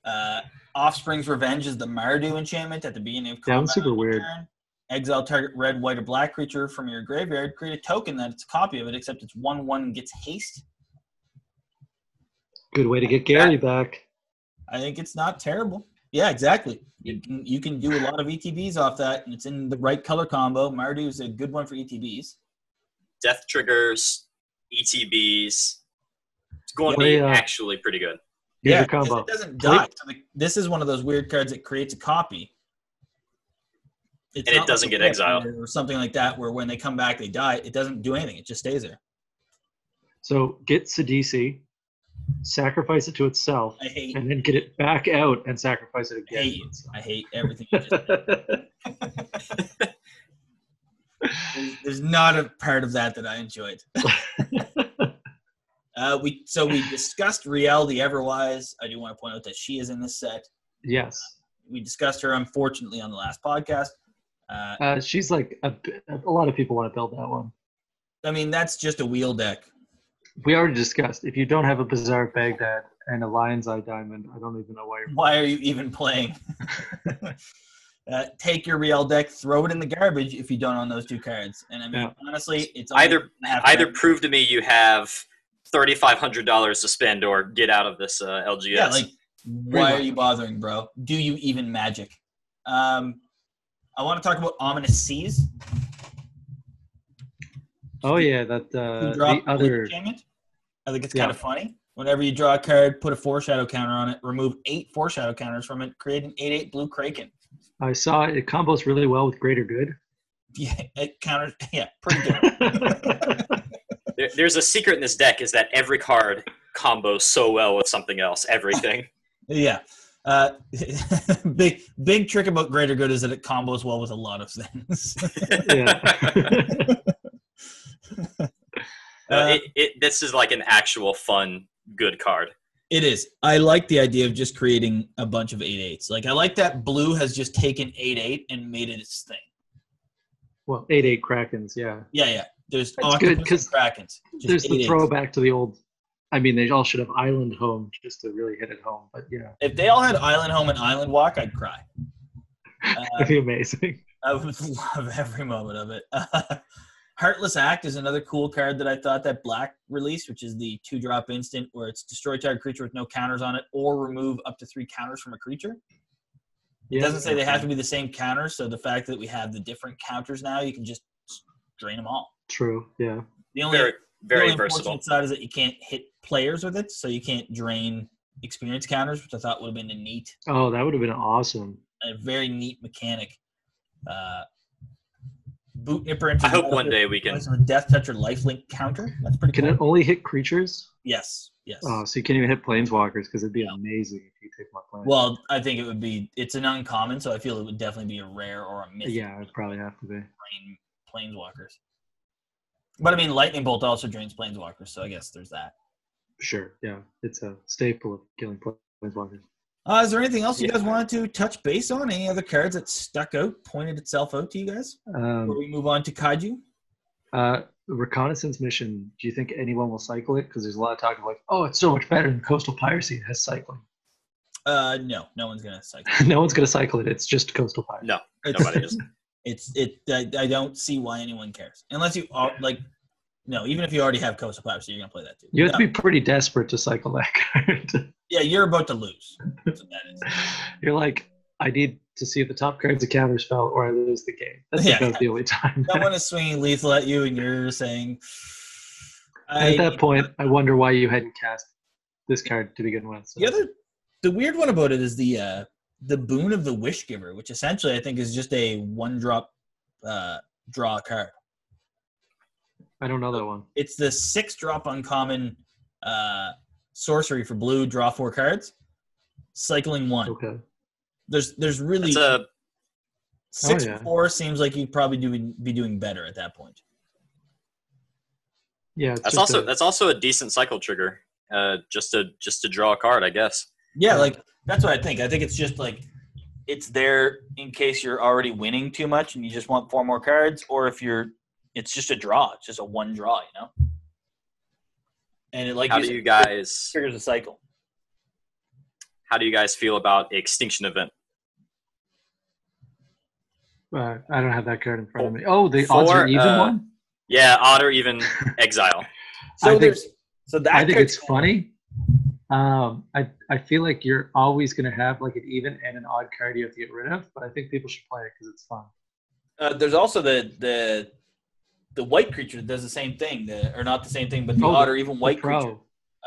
Uh, Offspring's Revenge is the Mardu enchantment at the beginning of Yeah, combat. I'm super on your weird. turn. Exile target red, white, or black creature from your graveyard. Create a token that it's a copy of it, except it's one one and gets haste. Good way to get Gary back. I think it's not terrible. Yeah, exactly. You can you can do a lot of ETBs off that, and it's in the right color combo. Mardu is a good one for E ETBs. Death triggers, ETBs. It's going Play, to uh, be actually pretty good. Here's yeah, your because combo. It doesn't Play- die. So the, this is one of those weird cards that creates a copy. It's And it not doesn't like a get flip exiled. or something like that, where when they come back they die. It doesn't do anything. It just stays there. So get Sadisi, sacrifice it to itself, I hate. and then get it back out and sacrifice it I again. hate to you. itself. I hate everything. You just, there's, there's not a part of that that I enjoyed. uh, we so we discussed Reality Everwise. I do want to point out that she is in this set. yes. We discussed her unfortunately on the last podcast. Uh, Uh, she's like a, a lot of people want to build that one. I mean, that's just a wheel deck. we already discussed if you don't have a bizarre Baghdad and a lion's eye diamond, I don't even know why you're. Why are you even playing? uh, take your Real deck, throw it in the garbage if you don't own those two cards. And I mean, Yeah. honestly, it's only Either half either right. prove to me you have $3,500 to spend or get out of this uh, LGS. Yeah, like why Pretty are you bothering, bro? Do you even magic? Um, I want to talk about ominous seas. Oh yeah, that Who uh, the dropped Blue other. Enchantment. I think it's Yeah. kind of funny. Whenever you draw a card, put a foreshadow counter on it, remove eight foreshadow counters from it, create an 8 8 blue Kraken. I saw it, it combos really well with Greater Good. Yeah, it counters. Yeah, pretty good. There, there's a secret in this deck is that every card combos so well with something else, everything. yeah. Uh, big big trick about greater good is that it combos well with a lot of things. yeah. No, Uh, it, it, this is like an actual fun, good card. It is. I like the idea of just creating a bunch of eight eights. Like I like that blue has just taken eight eight and made it its thing. well, eight eight Krakens. Yeah, Yeah, yeah. There's oh, That's good, octopus and krakens. Just there's the 8-8s. throwback to the old. I mean, they all should have Island Home just to really hit it home. But yeah, If they all had Island Home and Island Walk, I'd cry. Uh, it'd be amazing. I would love every moment of it. Heartless Act is another cool card that I thought that black released, which is the two drop instant where it's destroy target creature with no counters on it or remove up to three counters from a creature. It Yeah. doesn't say they have to be the same counters, so the fact that we have the different counters now, you can just drain them all. True. Yeah. The only Very, the very only versatile. unfortunate side is that you can't hit players with it, so you can't drain experience counters, which I thought would have been a neat, Oh, that would have been awesome. a very neat mechanic. Uh, boot nipper. into I the hope one battlefield day we can. replaces a death touch or lifelink counter. That's pretty Can cool. it only hit creatures? yes, yes. Oh, so you can't even hit planeswalkers because it'd be Yeah. amazing if you take my plane. well, I think it would be. It's an uncommon, so I feel it would definitely be a rare or a mythic. yeah, it'd probably have to be. plane planeswalkers. But I mean, lightning bolt also drains planeswalkers, so I guess there's that. Sure. Yeah, it's a staple of killing planeswalkers. Uh, is there anything else you Yeah. guys wanted to touch base on? Any other cards that stuck out, pointed itself out to you guys? Before Um, we move on to kaiju, uh, reconnaissance mission. Do you think anyone will cycle it? Because there's a lot of talk of like, oh, it's so much better than coastal piracy. It has cycling. uh, no, no one's gonna cycle. no one's gonna cycle it. It's just coastal piracy. No, It's- nobody is. It's it. I, I don't see why anyone cares unless you are like. No, even if you already have Coastal Piracy, you're gonna play that too. You have No. to be pretty desperate to cycle that card. yeah, you're about to lose. That's what that is. You're like, I need to see if the top cards of counters fell, or I lose the game. That's Yeah. about the only time. Someone is swinging lethal at you, and you're saying, At I- that point, I wonder why you hadn't cast this card to begin with. so- The other, the weird one about it is the uh, the boon of the wish giver, which essentially I think is just a one drop uh, draw card. I don't know that one. It's the six drop uncommon uh, sorcery for blue. Draw four cards, cycling one. Okay. There's there's really It's a six Oh, yeah. four seems like you'd probably do be doing better at that point. Yeah. It's that's just also a- that's also a decent cycle trigger. Uh, just to just to draw a card, I guess. Yeah, Yeah. like that's what I think. I think it's just like it's there in case you're already winning too much and you just want four more cards, or if you're it's just a draw. It's just a one draw, you know. And it like How you do said, you guys triggers a cycle. how do you guys feel about extinction event? uh, I don't have that card in front of me. Oh, the odds Four, are even uh, one. Yeah, odd or even exile. So I think- there's so that I think card's it's cool. funny. Um, I I feel like you're always going to have like an even and an odd card you have to get rid of, but I think people should play it because it's fun. Uh, there's also the the the white creature that does the same thing, the, or not the same thing, but the Oh, odd or even white the pro, creature.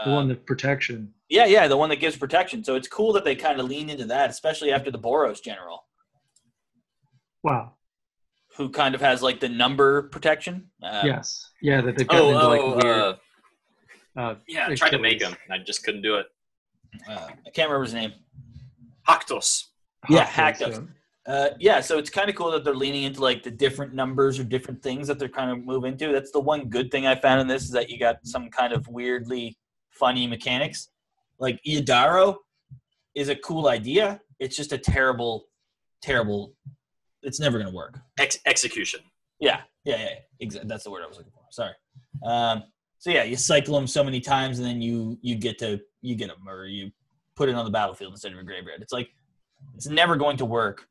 the Uh, one that protection. yeah, yeah, the one that gives protection. So it's cool that they kind of lean into that, especially after the Boros General. Wow. who kind of has like the number protection. Uh, yes. Yeah. That they've gotten Oh, into like oh, weird. uh, Uh, yeah. I It's tried to good make ones. him. I just couldn't do it. uh, I can't remember his name. Hoctos. yeah, hot hacked things, Uh, yeah, so it's kind of cool that they're leaning into like the different numbers or different things that they're kind of move into. That's the one good thing I found in this is that you got some kind of weirdly funny mechanics. Like Iodaro is a cool idea. It's just a terrible, terrible. It's never gonna work. Ex- execution. Yeah, yeah, yeah. Exactly. That's the word I was looking for. Sorry. Um, so yeah, you cycle them so many times, and then you you get to you get them, or you put it on the battlefield instead of a graveyard. It's like it's never going to work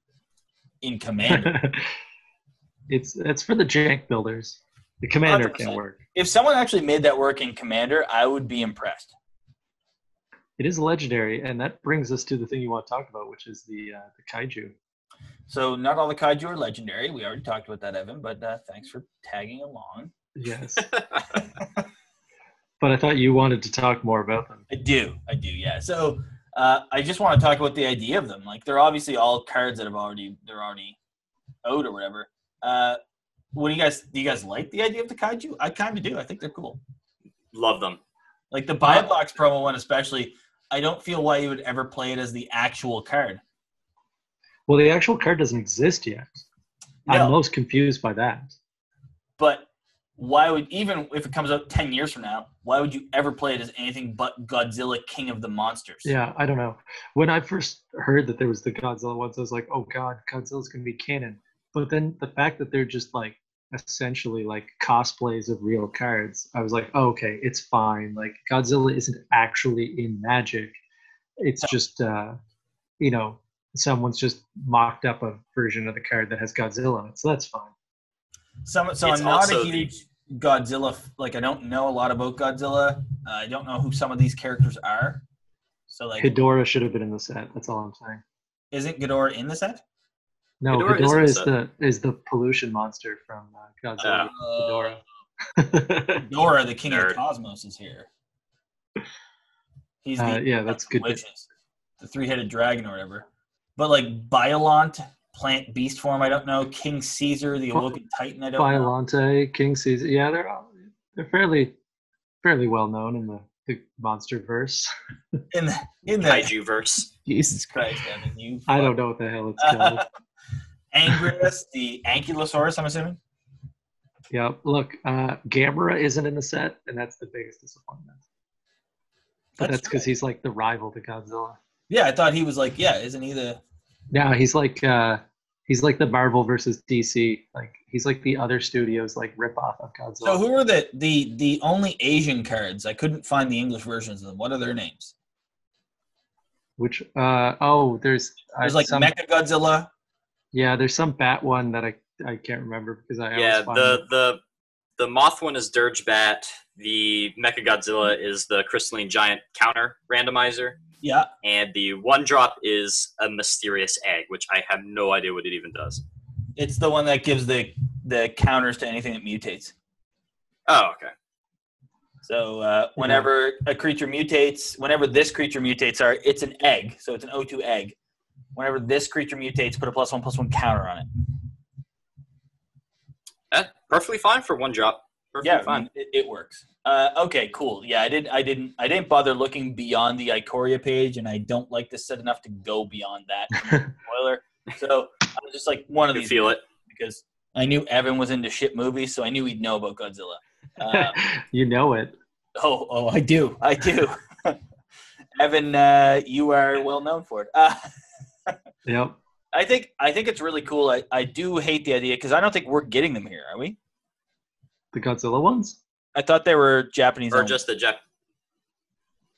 in yeah. commander. it's it's for the jank builders. The commander can 100%. work. if someone actually made that work in commander, I would be impressed. It is legendary, and that brings us to the thing you want to talk about, which is the uh, the kaiju. So not all the kaiju are legendary. We already talked about that, Evan. But uh, thanks for tagging along. Yes. but I thought you wanted to talk more about them. I do. I do. Yeah. So uh, I just want to talk about the idea of them. Like they're obviously all cards that have already they're already owed or whatever. Uh, what do you guys do? You guys like the idea of the kaiju? I kind of do. I think they're cool. Love them. Like the buy blocks promo one especially. I don't feel why you would ever play it as the actual card. Well, the actual card doesn't exist yet. No. I'm most confused by that. But why would even if it comes out ten years from now, why would you ever play it as anything but Godzilla King of the Monsters? Yeah, I don't know. When I first heard that there was the Godzilla ones, I was like, oh god, Godzilla's gonna be canon. But then the fact that they're just like essentially like cosplays of real cards, I was like, oh, okay, it's fine. Like Godzilla isn't actually in Magic. It's just uh, you know, someone's just mocked up a version of the card that has Godzilla on it, so that's fine. Some, so It's I'm not a also the- huge Godzilla. f- Like I don't know a lot about Godzilla. Uh, I don't know who some of these characters are. So like, Hedorah should have been in the set. That's all I'm saying. isn't Ghidorah in the set? No, Ghidorah Hedorah, is in the is set. the is the pollution monster from uh, Godzilla. Uh, Uh, Hedorah. Ghidorah, the king of the Nerd. cosmos, is here. He's Uh, the yeah, that's good. witches, the three-headed dragon or whatever. But like Biolante, plant beast form, I don't know. King Caesar, the Bi- awoken titan, I don't know. Violante, King Caesar. Yeah, they're all, they're fairly fairly well known in the, the monster verse. In the, in the Kaiju verse. Jesus Christ. Christ, Evan, you I don't know what the hell it's called. Angrius, the ankylosaurus, I'm assuming. yeah, look, uh, Gamera isn't in the set, and that's the biggest disappointment. But That's that's because he's like the rival to Godzilla. Yeah, I thought he was like, yeah, isn't he the No, he's like uh, he's like the Marvel versus DC. Like he's like the other studios like ripoff of Godzilla. So who are the the the only Asian cards? I couldn't find the English versions of them. What are their names? Which uh, oh, there's uh, There's like some, Mecha Godzilla. yeah, there's some bat one that I I can't remember because I Yeah, always find the the the moth one is Dirge Bat. The Mechagodzilla is the crystalline giant counter randomizer, Yeah. and the one drop is a mysterious egg, which I have no idea what it even does. It's the one that gives the the counters to anything that mutates. Oh, okay. So uh, whenever a creature mutates, whenever this creature mutates, are it's an egg. So it's an O2 egg. Whenever this creature mutates, put a plus one plus one counter on it. Eh, perfectly fine for one drop. Perfectly Yeah, I fine. mean, it, it works. Uh, okay, cool. Yeah, I didn't, I didn't, I didn't bother looking beyond the Icoria page, and I don't like this set enough to go beyond that. spoiler. So I was just like one I of can these feel it. because I knew Evan was into shit movies, so I knew he'd know about Godzilla. Uh, you know it. oh, oh, I do, I do. Evan, uh, you are well known for it. Uh, Yep. I think I think it's really cool. I, I do hate the idea because I don't think we're getting them here, are we? The Godzilla ones? I thought they were Japanese. Or only. just the Jap.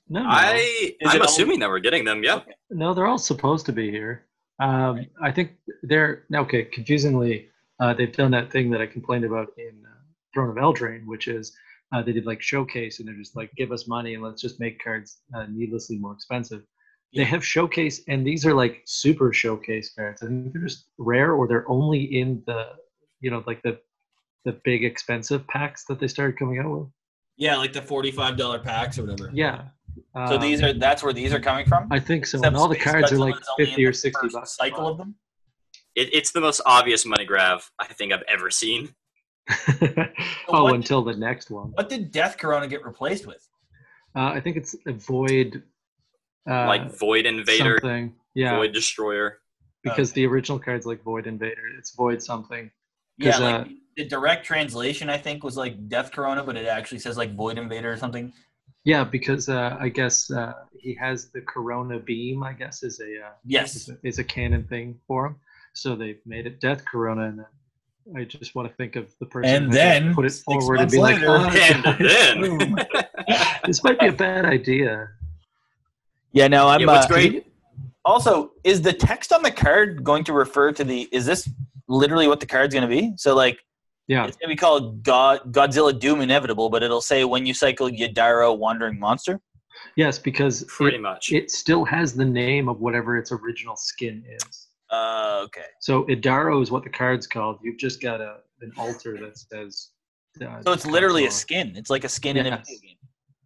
No. no. I Is I'm it all- assuming that we're getting them. Yeah. no, they're all supposed to be here. Um, I think they're okay. Confusingly, uh, they've done that thing that I complained about in uh, Throne of Eldraine, which is uh, they did like showcase, and they're just like, give us money and let's just make cards uh, needlessly more expensive. They Yeah. have showcase, and these are like super showcase cards. I think they're just rare, or they're only in the you know like the the big expensive packs that they started coming out with. yeah, like the forty-five dollar packs or whatever. Yeah. um, So these are that's where these are coming from. I think so. Except And all the Space cards are Godzilla like is only in fifty or the sixty first bucks. Cycle of them. It, it's the most obvious money grab I think I've ever seen. oh, what- until the next one. What did Death Corona get replaced with? Uh, I think it's a void. Uh, like Void Invader, something. Yeah, Void Destroyer. because the original card's like void invader. It's void something. Yeah, 'Cause, like uh, the direct translation I think was like Death Corona, but it actually says like Void Invader or something. Yeah, because uh, I guess uh, he has the corona beam. I guess is a uh, is Yes. a, is a canon thing for him. So they've made it death corona, and then I just want to think of the person And who then, put it six forward and be months like, later- oh, And then, Boom. this might be a bad idea. yeah, no, I'm. yeah, what's uh, great? Also, is the text on the card going to refer to the? Is this literally what the card's going to be? So like, Yeah, it's going to be called God Godzilla Doom Inevitable, but it'll say when you cycle Yadaro Wandering Monster. yes, because it- Pretty much. it still has the name of whatever its original skin is. Uh, okay. So Idaro is what the card's called. You've just got a an altar that says. Uh, So it's literally a Godzilla. skin. It's like a skin in a Yes. video game.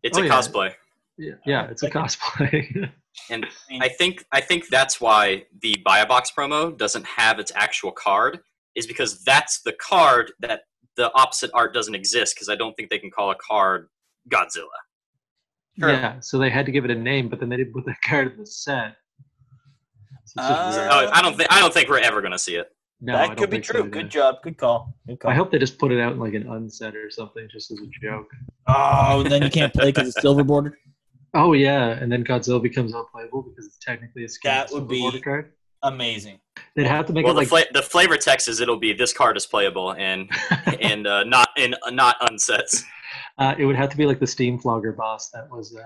It's oh, a yeah. cosplay. Yeah, yeah, it's a cosplay. mean, I think I think that's why the buy a box promo doesn't have its actual card is because that's the card that the opposite art doesn't exist because I don't think they can call a card Godzilla. Sure. Yeah, so they had to give it a name, but then they didn't put that card in the set. So it's just- Uh, Oh, I don't think I don't think we're ever gonna see it. no, I that don't could be think so true. either. Good job. Good call. Good call. I hope they just put it out in like an unset or something, just as a joke. Oh, and then you can't play because it's silver bordered. Oh yeah, and then Godzilla becomes unplayable because it's technically a skin That would silver be- border card. Amazing. They'd have to make Well, it the, like fla- the flavor text is it'll be this card is playable and and uh, not and uh, not unsets. uh, it would have to be like the steam flogger boss that was uh,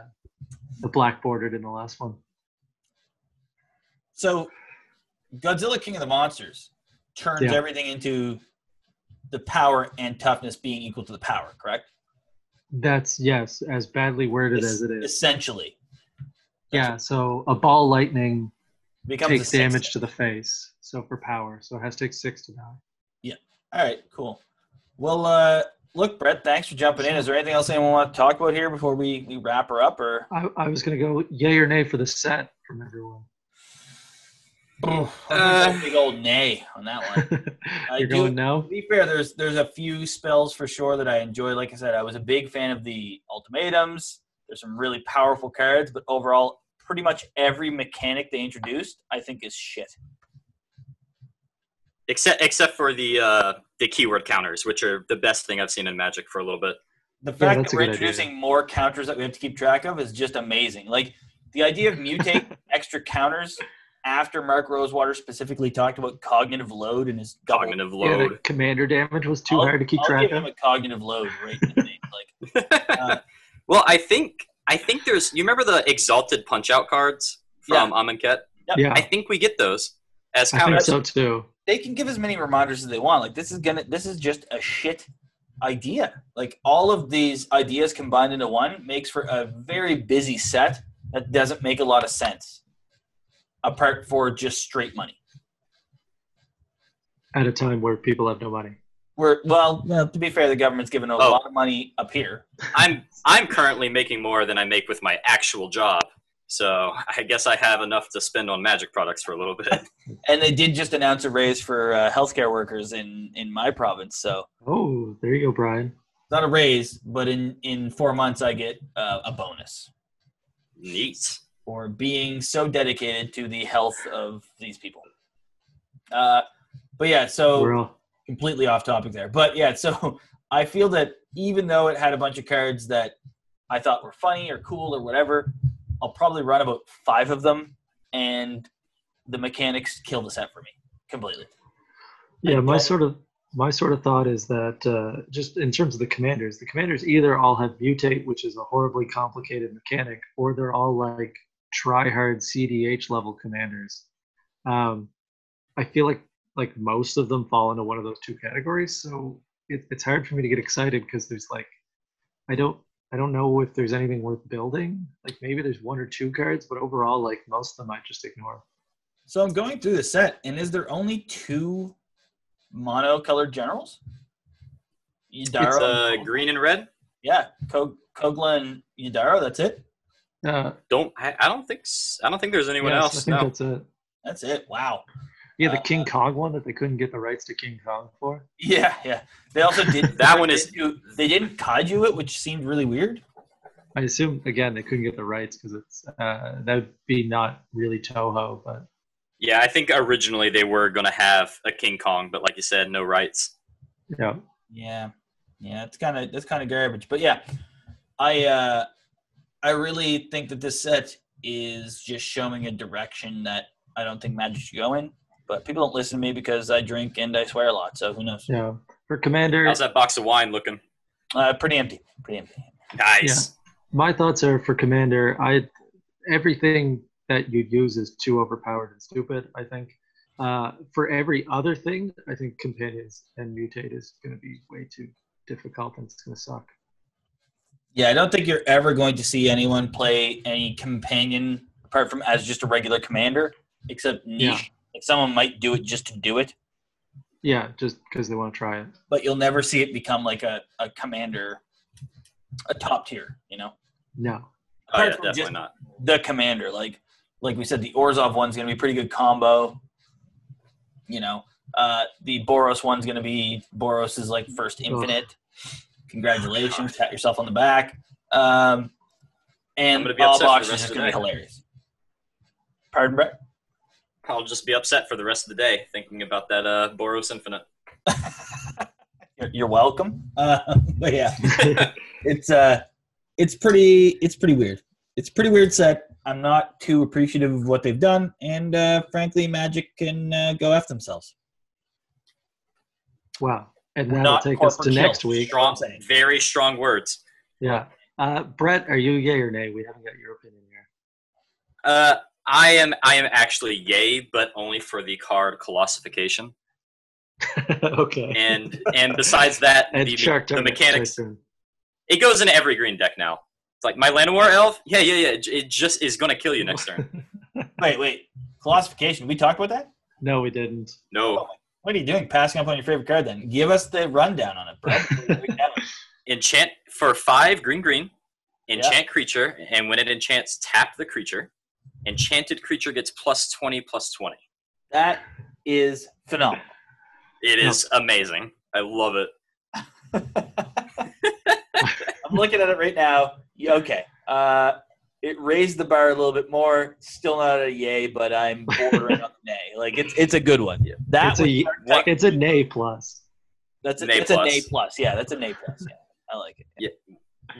the black bordered in the last one. So, Godzilla King of the Monsters turns Yeah. everything into the power and toughness being equal to the power, correct? That's yes, as badly worded as it is. Essentially. Yeah, so a ball lightning Becomes a takes six damage step. to the face, so for power, so it has to take six to die. All right, cool. Well, uh, look, Brett, thanks for jumping in. Is there anything else anyone want to talk about here before we, we wrap her up? Or I, I was gonna go yay or nay for the set from everyone. I'm Uh, gonna go big old nay on that one. I You're do- going no. To be fair, there's there's a few spells for sure that I enjoy. Like I said, I was a big fan of the ultimatums. There's some really powerful cards, but overall, pretty much every mechanic they introduced, I think, is shit. Except except for the uh, the keyword counters, which are the best thing I've seen in Magic for a little bit. The fact that's that a we're good idea. introducing more counters that we have to keep track of is just amazing. Like the idea of mutate extra counters after Mark Rosewater specifically talked about cognitive load and his double- Cognitive Yeah, load. the commander damage was too I'll- hard to keep I'll track give of. him a cognitive load right in the name. Like Uh, well, I think I think there's. You remember the exalted punch out cards from Amonkhet? yeah, I think we get those as I think counters. so too. they can give as many reminders as they want. Like this is gonna this is just a shit idea. Like all of these ideas combined into one makes for a very busy set that doesn't make a lot of sense. Apart for just straight money. At a time where people have no money. We're well, well to be fair, the government's given a Oh. lot of money up here. I'm I'm currently making more than I make with my actual job, so I guess I have enough to spend on Magic products for a little bit. And they did just announce a raise for uh, healthcare workers in in my province. So Oh, there you go, Brian. not a raise, but in in four months I get uh, a bonus Neat. for being so dedicated to the health of these people. Uh, but yeah, so We're all completely off topic there. But yeah, so I feel that even though it had a bunch of cards that I thought were funny or cool or whatever, I'll probably run about five of them, and the mechanics kill the set for me completely. Yeah, my don't- sort of my sort of thought is that uh, just in terms of the commanders, the commanders either all have mutate, which is a horribly complicated mechanic, or they're all like try hard CDH level commanders. Um, I feel like like most of them fall into one of those two categories, so it, it's hard for me to get excited because there's like I don't I don't know if there's anything worth building. Like maybe there's one or two cards, but overall, like most of them, I just ignore. So I'm going through the set, and is there only two mono colored generals? Yudaro, It's uh, and Kogla? green and red. yeah, Kog- Kogla and Yudaro. That's it. Uh, Don't I, I don't think s- I don't think there's anyone yes, I else. think No. that's it. That's it. Wow. Yeah, the Uh, King Kong one that they couldn't get the rights to King Kong for. Yeah, yeah. They also did That one is- They didn't kaiju it, which seemed really weird. I assume again they couldn't get the rights because it's uh, that'd be not really Toho, but Yeah, I think originally they were gonna have a King Kong, but like you said, no rights. you know, Yeah, yeah. It's kind of that's kind of garbage, but yeah, I uh, I really think that this set is just showing a direction that I don't think Magic should go in. But people don't listen to me because I drink and I swear a lot, so who knows? you know. For Commander, How's that box of wine looking? Uh, pretty empty, pretty empty. Nice. my thoughts are for Commander. I everything that you use is too overpowered and stupid. I think uh, for every other thing, I think Companions and Mutate is going to be way too difficult and it's going to suck. Yeah, I don't think you're ever going to see anyone play any companion apart from as just a regular commander, except niche. Yeah. Like someone might do it just to do it, Yeah, just because they want to try it. but you'll never see it become like a, a commander, a top tier, you know? No, Oh yeah, Apart from definitely just not. The commander. Like like we said, the Orzov one's gonna be a pretty good combo. You know. Uh the Boros one's gonna be Boros is like first infinite. Congratulations, pat yourself on the back. Um and I'm gonna be Bob upset for the Auction rest is of going to the be day. hilarious. Pardon, Brett? I'll just be upset for the rest of the day thinking about that uh, Boros Infinite. You're, you're welcome. Uh, but yeah, it's uh, it's pretty, it's pretty weird. It's a pretty weird set. I'm not too appreciative of what they've done, and uh, frankly, Magic can uh, go f themselves. Wow. And We're that'll not take us to corporate next shill. week. strong, saying. very strong words. Yeah. Uh, Brett, are you yay or nay? We haven't got your opinion here. Uh, I am I am actually yay, but only for the card colossification. okay. And and besides that, And the, Shark the Tank, mechanics Shark Tank. it goes in every green deck now. It's like my Llanowar elf. Yeah, yeah, yeah. It, it just is gonna kill you next turn. Wait, wait. Classification. We talked about that. No, we didn't. No. What are you doing? Passing up on your favorite card? Then give us the rundown on it, Brett. Enchant for five green green. Yeah. Enchant creature, and when it enchants, tap the creature. Enchanted creature gets plus twenty plus twenty. that is phenomenal. It is amazing. I love it. I'm looking at it right now. Yeah, Okay. Uh, it raised the bar a little bit more. Still not a yay, but I'm bordering on the nay. Like it's it's a good one. That It's was- a, What- it's a nay plus. that's a, Nay that's a plus. nay plus. Yeah, that's a nay plus. Yeah, I like it.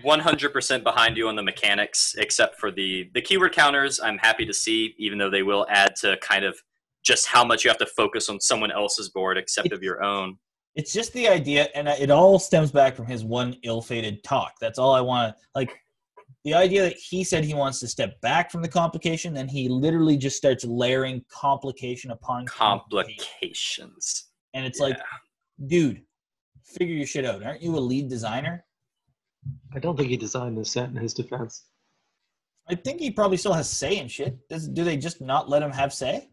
100% behind you on the mechanics except for the the keyword counters i'm happy to see even though they will add to kind of just how much you have to focus on someone else's board except of your own It's just the idea, and it all stems back from his one ill-fated talk. That's all I want to like. The idea that he said he wants to step back from the complication, then he literally just starts layering complication upon complication. complications and it's like, dude, figure your shit out. Aren't you a lead designer? I don't think he designed this set in his defense. I think he probably still has say in shit. Does, do they just not let him have say?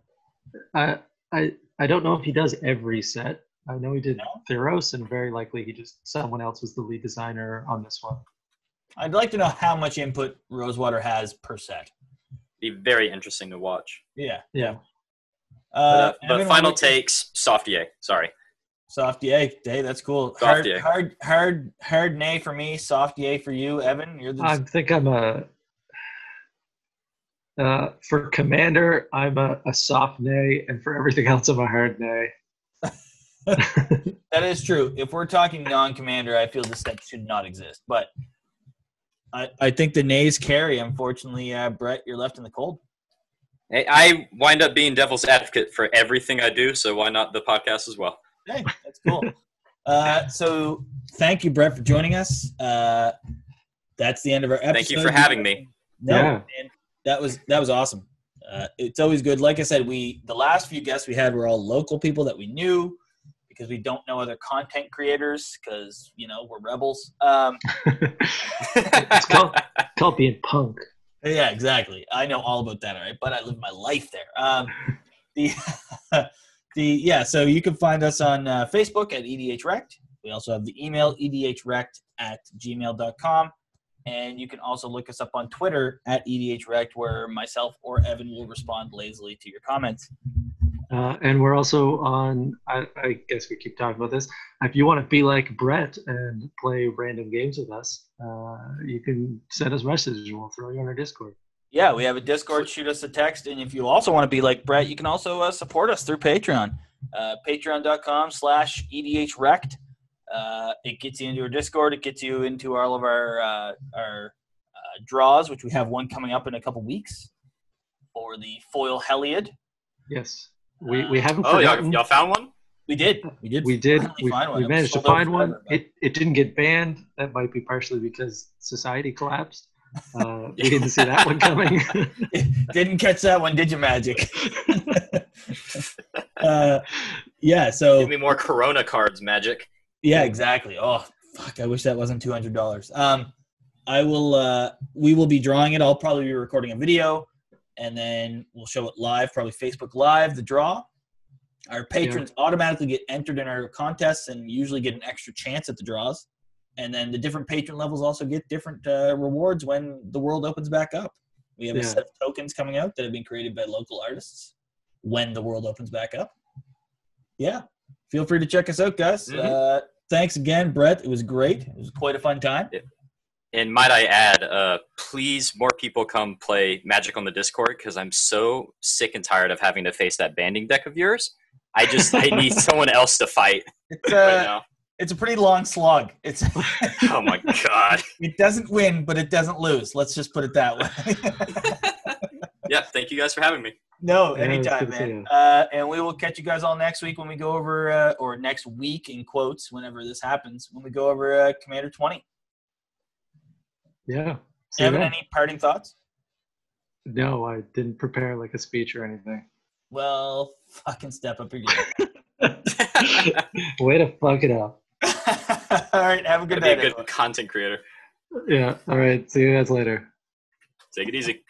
I, I, I don't know if he does every set. I know he did No? Theros, and very likely he just someone else was the lead designer on this one. I'd like to know how much input Rosewater has per set. be very interesting to watch Yeah. Yeah, Uh, but, uh, but everyone final looks- takes soft yay sorry Soft yay. Hey, that's cool. Soft Hard, yay. hard, hard, hard nay for me. Soft yay for you, Evan. You're the I think I'm a. Uh, for commander, I'm a, a soft nay, and for everything else, I'm a hard nay. That is true. If we're talking non-commander, I feel this set should not exist. But I, I think the nays carry. Unfortunately, uh, Brett, you're left in the cold. Hey, i wind up being devil's advocate for everything i do so why not the podcast as well Hey, that's cool. uh, so thank you, Brett, for joining us. Uh, that's the end of our episode. thank you for having me No, Yeah. man, that was that was awesome. Uh, it's always good. Like I said, we the last few guests we had were all local people that we knew because we don't know other content creators because you know we're rebels. Um, It's called, called being punk. yeah, exactly. I know all about that. All right, but I live my life there. Um, the the yeah. So you can find us on uh, Facebook at edhrect. We also have the email E edhrect at gmail.com. And you can also look us up on Twitter at E edhrect, where myself or Evan will respond lazily to your comments. Uh, and we're also on, I, I guess we keep talking about this. If you want to be like Brett and play random games with us, uh, you can send us messages and we'll throw you on our Discord. Yeah, we have a Discord. Shoot us a text, and if you also want to be like Brett, you can also uh, support us through Patreon. Uh, E Patreon.com/slash edhrect. Uh, it gets you into our Discord. It gets you into all of our uh, our uh, draws, which we have one coming up in a couple weeks for the foil Heliod. Yes. We, we haven't oh y'all, forgotten. y'all found one We did. We did. we did. finally We, find one. we It was managed to sold out find one. forever, but- It, it didn't get banned. That might be partially because society collapsed. Uh, We didn't see that one coming. Didn't catch that one, did you, Magic? uh, yeah. So give me more corona cards magic Yeah, exactly. Oh, fuck! I wish that wasn't two hundred dollars. Um, I will. Uh, we will be drawing it. I'll probably be recording a video, and then we'll show it live, probably Facebook Live. The draw. Our patrons automatically get entered in our contests and usually get an extra chance at the draws. And then the different patron levels also get different uh, rewards when the world opens back up. We have a Yeah. set of tokens coming out that have been created by local artists when the world opens back up. Yeah. Feel free to check us out, guys. Mhm. Uh, thanks again, Brett. It was great. It was quite a fun time. and might I add, uh, please more people come play Magic on the Discord because I'm so sick and tired of having to face that banding deck of yours. I just I need someone else to fight It's right a, now. it's a pretty long slug. It's Oh my god. it doesn't win, but it doesn't lose. Let's just put it that way. Yeah, thank you guys for having me. No, Yeah, it's anytime, good to see man. Uh, and we will catch you guys all next week when we go over, uh, or next week in quotes, whenever this happens, when we go over uh, Commander 20. Yeah. So, Evan, yeah. any parting thoughts? No, I didn't prepare like a speech or anything. Well, fucking step up your game. Way to fuck it up. all right, have a good night. Gotta be a good everyone. content creator. Yeah. All right. See you guys later. Take it easy.